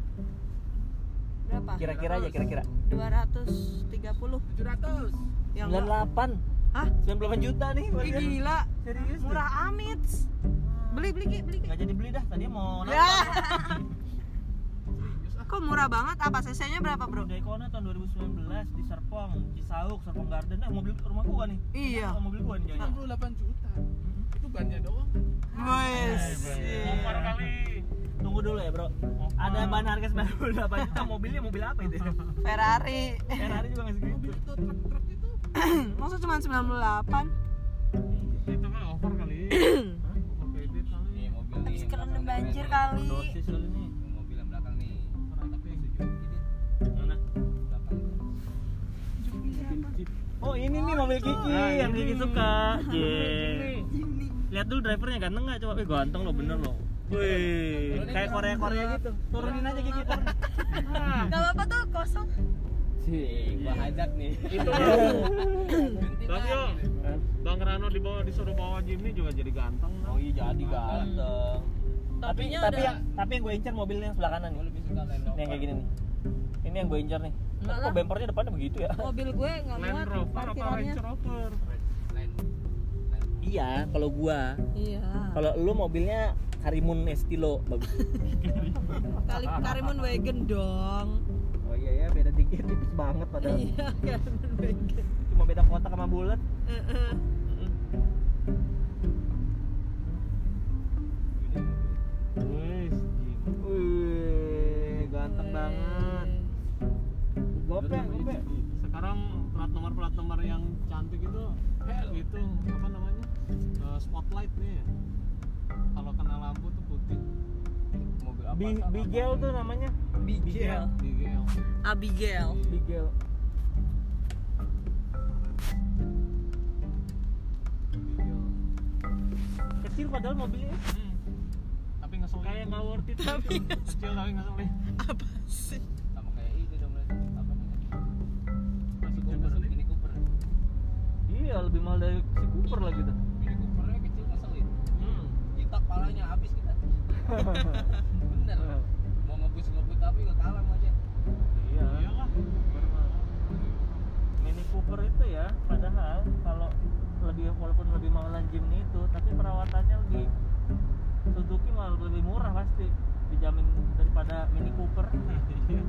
berapa
kira-kira aja kira-kira
230
700.
yang
98
Hah?
98 juta nih gua
Ih,
lihat.
gila
serius deh.
murah amit beli beli Ki, beli Ki.
nggak jadi beli dah tadi mau
ya
nambah.
Serius ah.
kok murah banget apa cc nya berapa bro
Hyundai Kona tahun 2019 di Serpong Cisauk Serpong Garden nah mobil rumah gua nih
iya
Oh, mobil gua nih jangan
68 juta. Itu bannya doang.
Wes. Iya.
Kompor kali.
tunggu dulu ya
Oh.
bro ada ban harga 98 juta mobilnya mobil apa itu
Ferrari
Ferrari juga nggak segitu
Mobil itu truk-truk itu.
maksud cuma 98
Itu kan over kali. Hah? Over kredit kali.
Nih, mobil nih.
habis
yang
kerendam
belakang
banjir
keren.
kali
dosis kali ini
Mobil yang belakang nih. Tapi Suzuki deh,
mana
belakang.
oh ini nih mobil Kiki
Ah,
yang Kiki suka Cie. lihat dulu drivernya ganteng nggak coba wih ganteng lo bener lo Wih, kayak Korea Korea gitu. Turunin aja Kiki turun.
Gak apa-apa tuh kosong
Cih,
Iya.
gua hajat nih.
Itu
Iya.
Bang Yo, Bang Rano dibawa disuruh bawa Jimny juga jadi ganteng. Nah, lah.
Oh iya jadi ganteng. Tapi
Topinya
tapi
ada-
yang tapi yang gue incer mobilnya yang sebelah kanan nih.
Gua lebih suka
Ini
Land
yang kayak
Rover.
gini nih. Ini yang gue incer nih.
Enggak
Kok
lah.
bempernya depannya begitu ya?
mobil gue nggak
Land Rover apa Range Rover?
Land
Iya, kalau gua.
iya
Kalau lu mobilnya Karimun Estilo bagus.
kali Karimun Wagon dong
Oh iya ya, beda dikit tipis banget padahal.
iya Karimun Wagon
Cuma beda kotak sama bulat.
Eh, eh.
Wes, Jimny.
Wih, ganteng banget. Gopeng, gopeng.
Sekarang plat nomor plat nomor yang cantik itu kayak gitu apa namanya? spotlight nih kalau kena lampu tuh putih mobil apa
Bi- Bigel tuh namanya
Bigel.
Bigel
Abigail.
Bigel
Bigel
kecil padahal mobilnya
Hmm. tapi ngeselin
kayak nggak worth it
tapi kecil tapi ngeselin
Apa sih?
sama kayak ini dong berarti apa namanya si
maksudnya
Cooper
ngeselin
ini Cooper
iya lebih mahal dari si Cooper lah gitu
ini Coopernya kecil ngeselin
hmm.
kita palanya habis kita bener
Eh,
mau ngebut ngebut tapi gak kalah sama aja
iya
iyalah
Mini Cooper itu ya padahal kalau lebih walaupun lebih mahalan Jimny itu tapi perawatannya lebih Suzuki malah lebih murah pasti dijamin daripada Mini Cooper
iya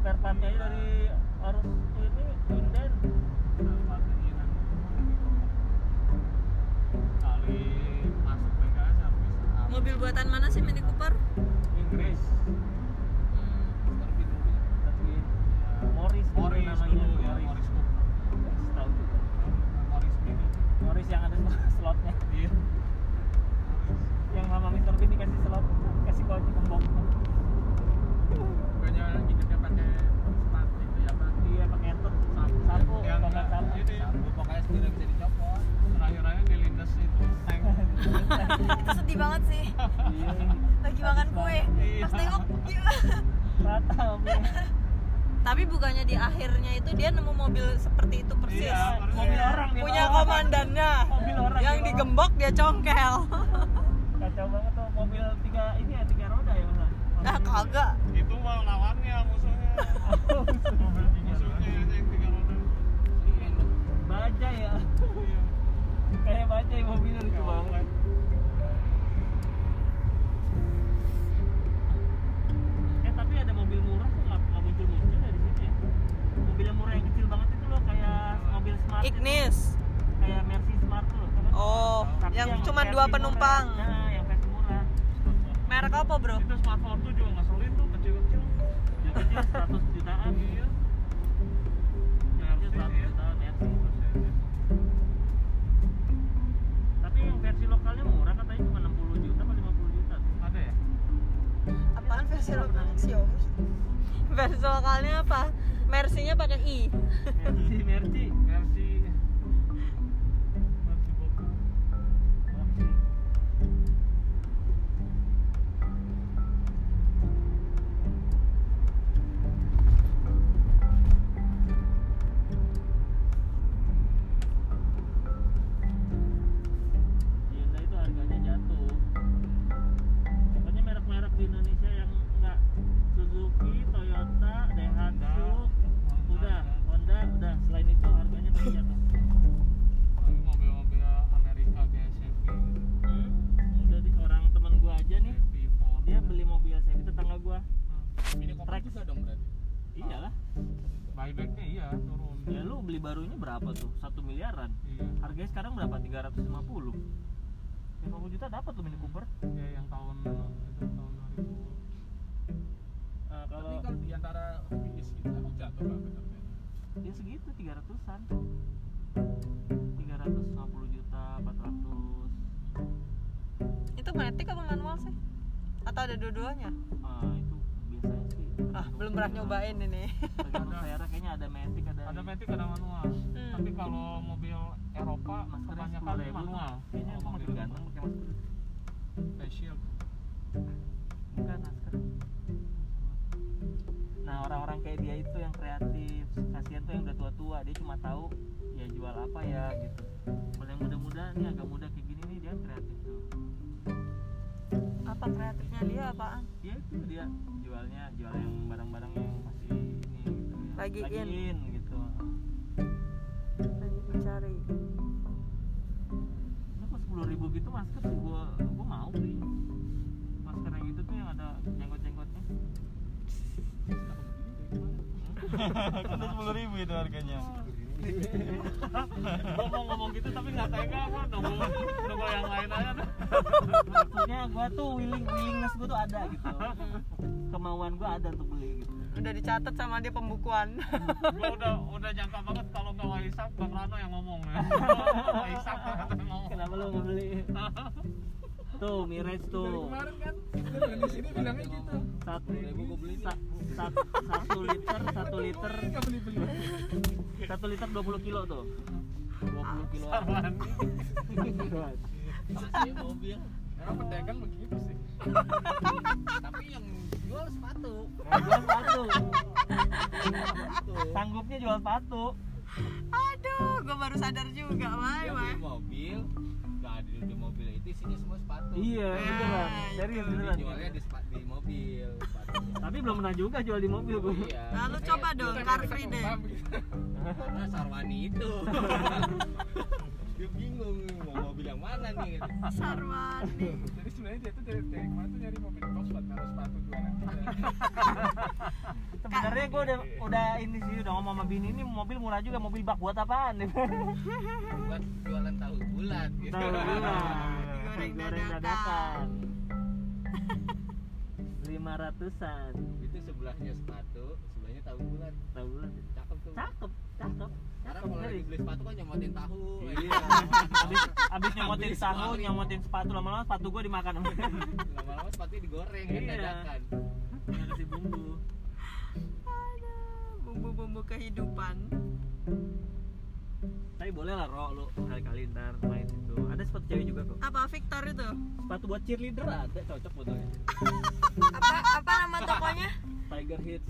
spare partnya aja dari harus ini inden
Kenapa keinginan kali masuk PKS habis
Mobil buatan mana sih Mini Cooper?
Inggris
Hmm.
terbit mobil
tapi Morris dulu
Morris
namanya
dulu ya Morris Cooper
tahu juga
Morris Mini
Morris yang ada slotnya
iya
yang sama Mr. Bean dikasih slot kasih kunci gembok
bukannya hidupnya pakai sepatu itu ya pak
dia pakai entot
Sapu.
sapu
yang
kalau nggak sapu
itu ya
Sabu, pokoknya setir bisa dicopot
terakhir-akhir dilindas itu tank
Hmm.
Itu sedih banget sih.
iya
Lagi makan kue. Pas tengok, iya.
batal
Tapi bukannya di akhirnya itu dia nemu mobil seperti itu persis.
Iya, persis.
mobil orang dia
Punya
bawa.
komandannya.
mobil orang
Yang
dia bawa.
digembok dia congkel.
kacau banget tuh mobil tiga ini ya tiga roda ya masalah
Ah kagak.
itu mah lawannya musuhnya
mobil tiga
musuhnya
roda.
yang tiga roda
Serius loh.
baja ya
iya
kayak baja ya mobilnya lucu banget eh tapi ada mobil murah tuh nggak nggak muncul muncul dari sini ya mobil yang murah yang kecil banget itu loh kayak mobil smart itu.
Ignis.
kayak Mercy smart tuh loh kan?
Oh,
Tapi
yang cuma
versi
dua
murah.
penumpang.
nah yang versi murah Nah.
Merek apa, Bro?
itu smartphone tuh juga ngeselin tuh kecil-kecil
jatuhnya 100 jutaan
iya
jatuhnya 100 jutaan
ya.
Mercy
Iya.
tapi yang versi lokalnya murah katanya cuma 60 juta atau 50 juta
ada ya
Apaan versi lokal? Xiaomi. Versi lokalnya apa? Mersinya pakai i.
Mercy Mercy
versi versi boku
Hyundai itu harganya jatuh pokoknya merek-merek di Indonesia yang enggak Suzuki, Toyota, Daihatsu udah, Honda udah selain itu harganya pasti jatuh
Lagi mobil-mobil Amerika kayak Chevy
hmm? udah di orang temen gua aja nih
Chevy Ford
dia beli mobil Chevy tetangga gua
Mini Cooper juga dong berarti
iyalah
buybacknya iya turun
ya lu beli barunya berapa tuh? 1 miliaran
iya
harganya sekarang berapa? 350 50 juta dapat tuh Mini Cooper
ya yang tahun itu tahun 2000
Eh, kalau
tapi
kan
kalau di antara finish gitu emang jatuh pak bener
ya segitu 300-an 350 juta 400
Itu matic apa manual sih? Atau ada dua-duanya?
ah itu biasanya sih
Ah, belum pernah nyobain ini.
tergantung daerah kayaknya ada matic ada
ada matic ada manual
Hmm.
tapi kalau mobil Eropa
maskernya 10.000
kebanyakan manual
kayaknya
Kalau
aku makin
mobil
ganteng pakai masker
facial
bukan masker nah orang-orang kayak dia itu yang kreatif kasihan tuh yang udah tua-tua dia cuma tahu ya jual apa ya gitu kalau yang muda-muda nih agak muda kayak gini nih dia kreatif tuh
Apa kreatifnya dia apaan?
ya itu dia jualnya jual yang barang-barang yang masih ini gitu ya. Bagiin,
Bagiin.
gitu
Lagi dicari.
ini kok sepuluh ribu gitu masker sih gua gua mau beli masker yang itu tuh yang ada jenggot-jenggotnya
Hmm?
Kenapa?
sepuluh ribu itu harganya
Gua mau ngomong gitu tapi nggak tega gua nunggu nunggu yang lain aja dah.
maksudnya gue tuh willing willingness gue tuh ada gitu kemauan gue ada untuk beli gitu
udah dicatat sama dia pembukuan
Gua udah udah jangka banget kalau nggak Waisak Bang Rano yang ngomong ya. Waisak Bang Rano yang ngomong.
kenapa lo nggak beli tuh mirage
Dari
tuh
kemarin kan, gua di sini bilangnya gitu.
satu
Ribu gua beli nih.
sa- sa- satu liter satu liter
Ini nggak beli-beli.
satu liter 20 kilo tuh Ah, 20 kilo
Saruan.
Masih mobil.
Emang pedagang begitu sih.
Tapi yang jual sepatu. Gitu.
jual sepatu
Sepatu.
sanggupnya jual sepatu
aduh gue baru sadar juga Mai Mai
Dia beli mobil, nggak ada di mobil itu isinya semua sepatu.
iya beneran serius beneran
Dijualnya di, sepa- di mobil. sepatunya.
tapi belum pernah juga jual di mobil gue
Iya.
Nah, lu
Makanya
coba
gua
dong,
kan
Car
ada
Free Day.
kepaham gitu. Karena Sarwani itu. dia bingung mau mobil yang mana nih.
Sarwani
Jadi sebenarnya dia tuh dari, dari kemarin tuh nyari mobil box buat naruh sepatu jualan kita.
sebenarnya gue udah udah ini sih udah ngomong sama bini ini mobil murah juga mobil bak buat apaan
Buat jualan tahu bulat. Gitu.
Tahu gula.
Digoreng
Digoreng
dadakan.
dadakan. Lima ratusan.
Itu sebelahnya sepatu, sebelahnya tahu bulat.
Tahu bulan.
Cakep tuh.
Cakep, cakep.
Karena
Cakep
kalau lagi
serius.
beli sepatu kan nyomotin tahu. Iya.
Iya. Abis, abis nyomotin
Habis
tahu,
sekali.
nyomotin sepatu lama-lama sepatu gue dimakan.
Eh, Lama-lama sepatunya digoreng kan
Iya.
dadakan.
Kasih bumbu.
aduh bumbu-bumbu kehidupan
Tapi boleh lah Ro, lu kali-kali ntar main itu. Ada sepatu cewek juga kok.
apa Victor itu
Sepatu buat cheerleader ada, cocok buat lo ya.
apa apa nama tokonya
Tiger Hits,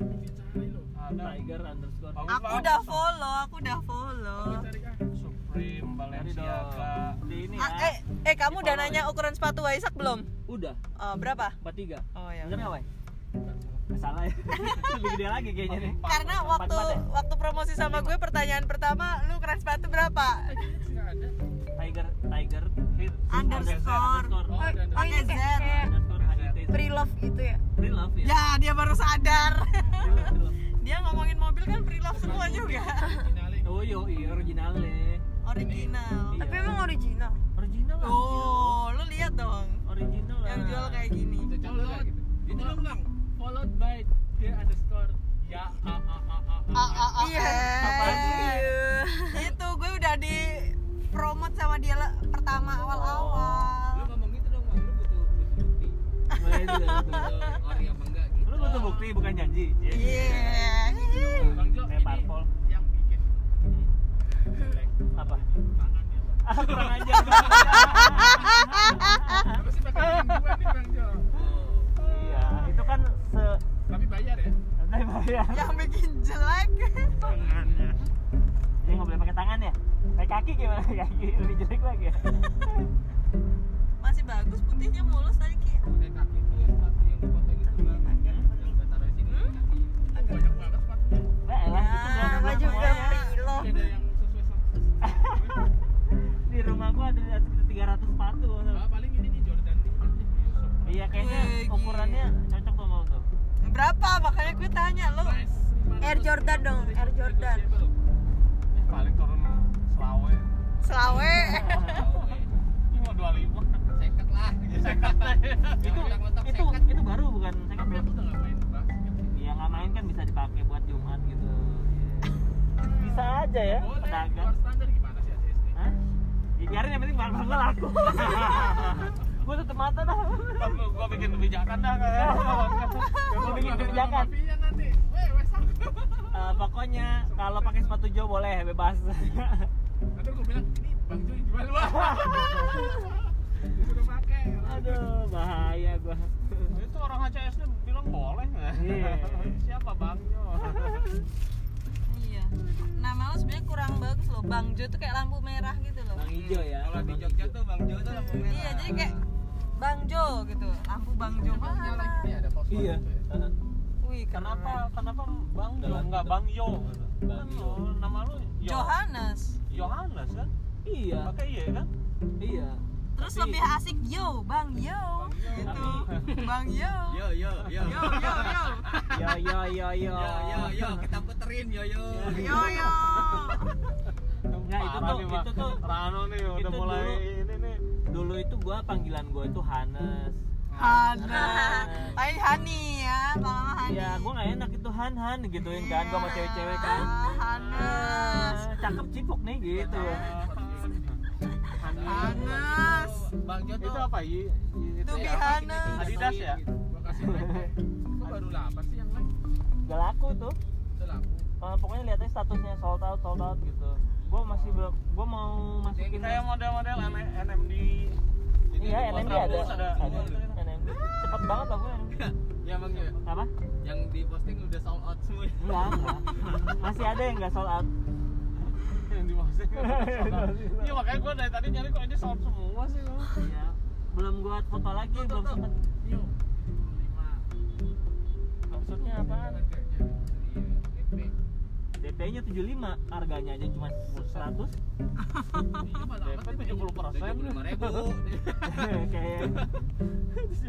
Dicari loh.
Ada
Tiger underscore.
Bagus
aku
lah.
udah follow aku udah follow
Lu cari kan.
Supreme,
Cari
Balenciaga.
dong. Di ini
Ah,
ya.
eh eh kamu udah
Follow,
nanya ukuran sepatu Waisak belum
Udah,
oh, berapa
43.
oh ya
Bener nggak, Wai? Salah ya. Lebih gede lagi kayaknya nih.
karena
Empat,
waktu
empat ya?
waktu promosi sama gue pertanyaan pertama lu ukuran sepatu berapa
Terus nggak ada.
Tiger Tiger Hit
Underscore.
Oh, ada. ada.
pakai Z
underscore HIT.
pre love gitu ya
Free love ya.
ya dia baru sadar
Free love, free love.
dia ngomongin mobil kan pre love semua juga
Originalnya.
Oh yo, iya originalnya.
original
Tapi emang
original
Original lah.
oh lu lihat dong
Original lah.
yang jual kayak gini
Itu cakep kan gitu. Itu dong bang.
Followed by dia underscore ya a a a a a.
Iya.
Apaan
Itu gue udah di promote sama dia lah, pertama
Lu
awal-awal.
ngomong gitu dong bang. Lu butuh butuh bukti.
Wah, itu.
Butuh orang yang bangga gitu.
Lu butuh bukti bukan janji.
Iya.
Bang Jo
Kayak
ini
parpol.
yang bikin jelek
Apa?
tangannya. Bang.
Ah, kurang aja.
Lu masih pakai yang gua nih Bang Jo.
Oh.
Iya, itu kan se
Tapi bayar ya.
santai Pak, ya.
Yang bikin jelek.
Tangannya.
Jadi nggak boleh pakai tangan ya? Pakai kaki gimana? Kaki lebih jelek lagi ya?
Masih bagus putihnya mulus tadi Ki.
Pakai kaki tuh yang sepatu yang dipoto gitu bang.
Agak
Yang
pening.
gue taruh di sini kaki.
Banyak banget sepatunya.
Nah, elah, itu
Ya,
beneran
gue juga
semuanya.
Tapi ada yang sesuai sama.
Di rumah gua ada 300 sepatu.
Ah, paling ini nih Jordan nih kan nih, di shop.
Iya kayaknya
Wih, gila.
ukurannya cocok tuh sama lu tuh.
Berapa? Makanya gue tanya lo.
Price 500.
Air Jordan dong, Air Jordan.
Eh, Paling turun selawe.
Selawe.
Tahu, eh.
Ini mau 25.
Seket lah. Seket lah.
Itu
Letak-letak
itu
seket.
itu baru bukan second
Tapi
ya?
aku udah nggak main basket. Iya.
Iya nggak main kan bisa dipakai buat Jumat gitu. Bisa aja ya
Boleh, di
pedagang.
luar standar gimana sih ACSD?
Hah? Ya, biarin yang penting bahan-bahan gua laku. gua tutup mata dah.
Ntar gua Kan gua bikin kebijakan dah kayak.
Gua bikin kebijakan.
Iya nanti. Weh, weh sanggup.
Eh, pokoknya kalau pakai sepatu Jo boleh bebas.
Nanti gue bilang ini Bang Jo yang jual wah. Dia udah pakai.
Aduh bahaya gua.
Itu orang HCS nya bilang boleh nggak?
Iya.
Siapa Bang Jo?
Iya. Nama lo sebenarnya kurang bagus lo. Bang Jo tuh kayak lampu merah gitu loh.
Bang hijau ya.
Kalau di
Bang
Jogja
hijau.
tuh Bang Jo tuh lampu merah.
Iya, jadi kayak Bang Jo gitu. Lampu Bang Jo
Pokoknya
mana?
lagi nih ada pos
Iya.
Wih, keren.
Kenapa kenapa Bang Jo nggak Bang Yo? Kan lo- nama lu Yo-
Johannes.
Yohanes kan?
Iya.
Pakai Y kan?
Iya.
Terus Terus
Tapi-
lebih asik yo, Bang yo. Gitu. Bang yo.
yo yo
Yo
yo
yo yo.
yo yo yo yo
yo yo yo kita puterin yo yo
Yo yo.
Nggak, itu
Parah
tuh-
nih, Pak.
itu tuh-
Rano nih
itu
udah mulai
dulu-
ini nih
dulu itu gua panggilan gua itu Hanes
Ada. Lain Hani ya, Bang Hani.
ya gua nggak enak itu Han Han gituin kan gua sama
Iya,
cewek-cewek kan
Hanes.
Ah, cakep cipok nih gitu
Hanes.
bang jo
itu
tuh
apa i, i- itu
Tuh
ya?
apa
Bihana.
ini tuh?
Adidas ya?
Gua kasih like deh. Kok baru 8 sih yang like?
gak laku tuh
Udah laku.
Ah, pokoknya lihatnya statusnya sold out sold out gitu gua masih belum gua mau masukin
kayak model-model N- NMD
iya NMD ada
Terus ada-
ada NMD cepet banget lah gua NMD
ya bang jo
apa
yang di posting udah sold out semua
enggak enggak masih ada yang nggak sold out
yang dimaksud iya makanya gue dari tadi nyari kok ini sound semua sih gua.
Iya. belum gua foto lagi belum sempet
Yo. 5.
maksudnya apaan
Harganya dari
Iya,
DP.
DP nya 75 harganya aja cuma 100
Iya, malah
DP
apa sih?
70%
tujuh lima ribu
kayak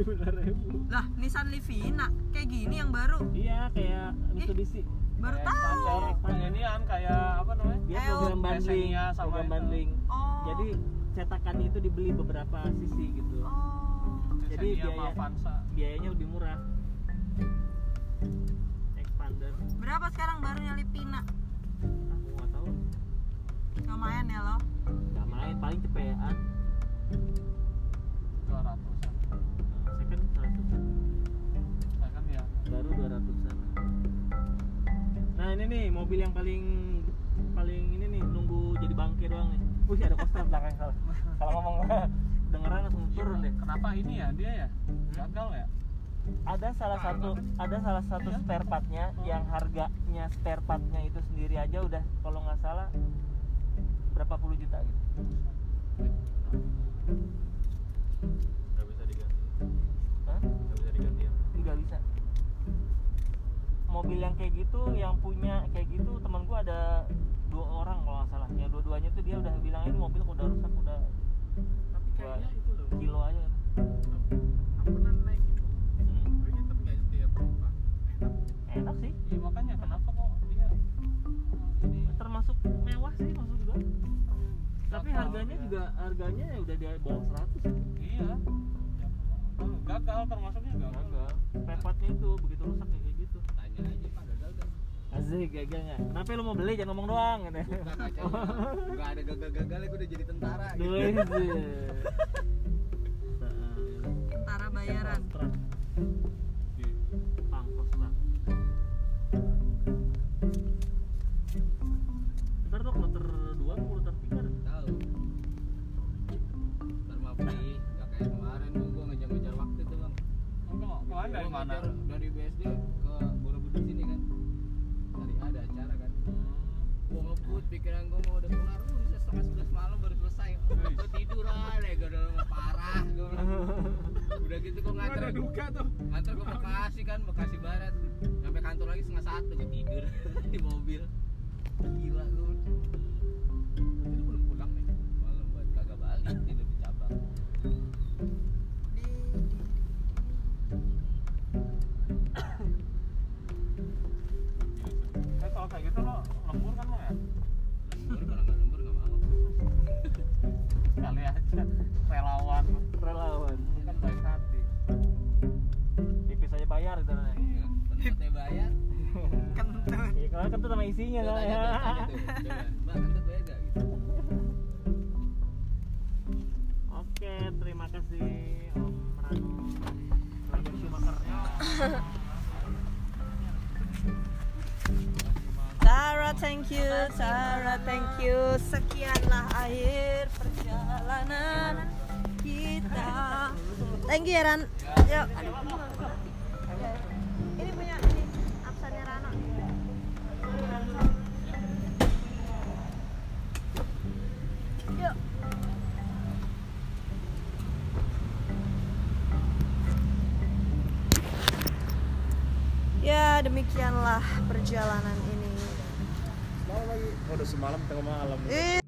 75 ribu
Lah, Nissan Livina kayak gini yang baru.
iya kayak Mitsubishi
Baru tahu.
kayak ini kan kayak apa namanya
dia
Ayo.
program bundling
Casingnya sama
program
itu.
bundling
Oh.
jadi cetakan itu dibeli beberapa sisi gitu
Oh.
Jadi
Ksenia sama
biaya-
Avanza
biayanya lebih murah expander
Berapa sekarang barunya Livina?
ah gua nggak tahu
Lumayan ya lo.
nggak main paling cepean
200-an
second 100
saya kan ya
kan baru 200-an nah ini nih mobil yang paling paling ini nih nunggu jadi bangke doang nih wih ada poster belakang salah kalau ngomong dengeran langsung turun deh
kenapa ini ya dia ya gagal ya
ada salah satu ada salah satu spare partnya yang harganya spare partnya itu sendiri aja udah kalau nggak salah berapa puluh juta gitu
nggak bisa diganti
Hah?
nggak bisa diganti ya
nggak bisa mobil yang kayak gitu yang punya kayak gitu teman gua ada dua orang kalau nggak salah yang dua-duanya tuh dia udah bilang ini mobil udah rusak udah
Tapi kayaknya itu loh.
kilo aja
Aku pernah naik itu.
Hmm,
Tapi tetap nggak setiap berapa.
enak sih
iya makanya kenapa kok dia eh, ini
termasuk mewah sih maksud gua tapi harganya juga harganya ya udah di bawah 100 ya
iya Gagal. gagal termasuknya gagal
spare partnya itu begitu rusak ya kayak gitu
tanya aja pak gagal gak
Asik gagal nggak? Kenapa lu mau beli jangan ngomong doang gitu.
Buka kacanya. nggak ada gagal-gagalnya gue udah jadi tentara gitu
Dulu itu.
Tentara bayaran.
Pangkos bang. Ntar tuh kloter dua, kloter tiga. dah.
tahu ntar maaf nih nggak kayak kemarin tuh gue ngejar-ngejar waktu tuh bang
Enggak, kemarin dari
Gua
mana?
ngejar dari BSD ke Borobudur sini kan dari ada acara kan gue ngebut pikiran gue mau udah kelar uh, bisa setengah sebelas malam baru selesai gue tidur aja gue udah lama parah gue udah gitu gue
Gua
nganter
ada duka tuh.
nganter ke Bekasi kan Bekasi Barat sampai kantor lagi setengah satu gue tidur di mobil gila gue
Jadi belum pulang nih.
malam banget kagak balik tidur di cabang
Di
Eh, kalau kayak gitu lo lembur kan lo ya?
lembur kalau nggak lembur nggak mau
Sekali aja relawan
Relawan.
Iya,
kan baik hati.
Tipis aja bayar gitu kan.
ya, tempatnya bayar
kentut.
Iya, kalau kentut sama isinya
Gua
kan
tanya
ya.
tuh, tanya tuh, gitu. coba, Mbak, kentut bayar nggak?" gitu
Oke, terima kasih Om Rano. Rano Schumacher.
Tara, thank you. Tara, thank you. Sekianlah akhir perjalanan kita. Thank you, ya, Ran. Yuk. Ini punya ini absennya Rano. Yuk. Ya, demikianlah perjalanan ini. Oh,
Udah semalam tengah malam.
Ih.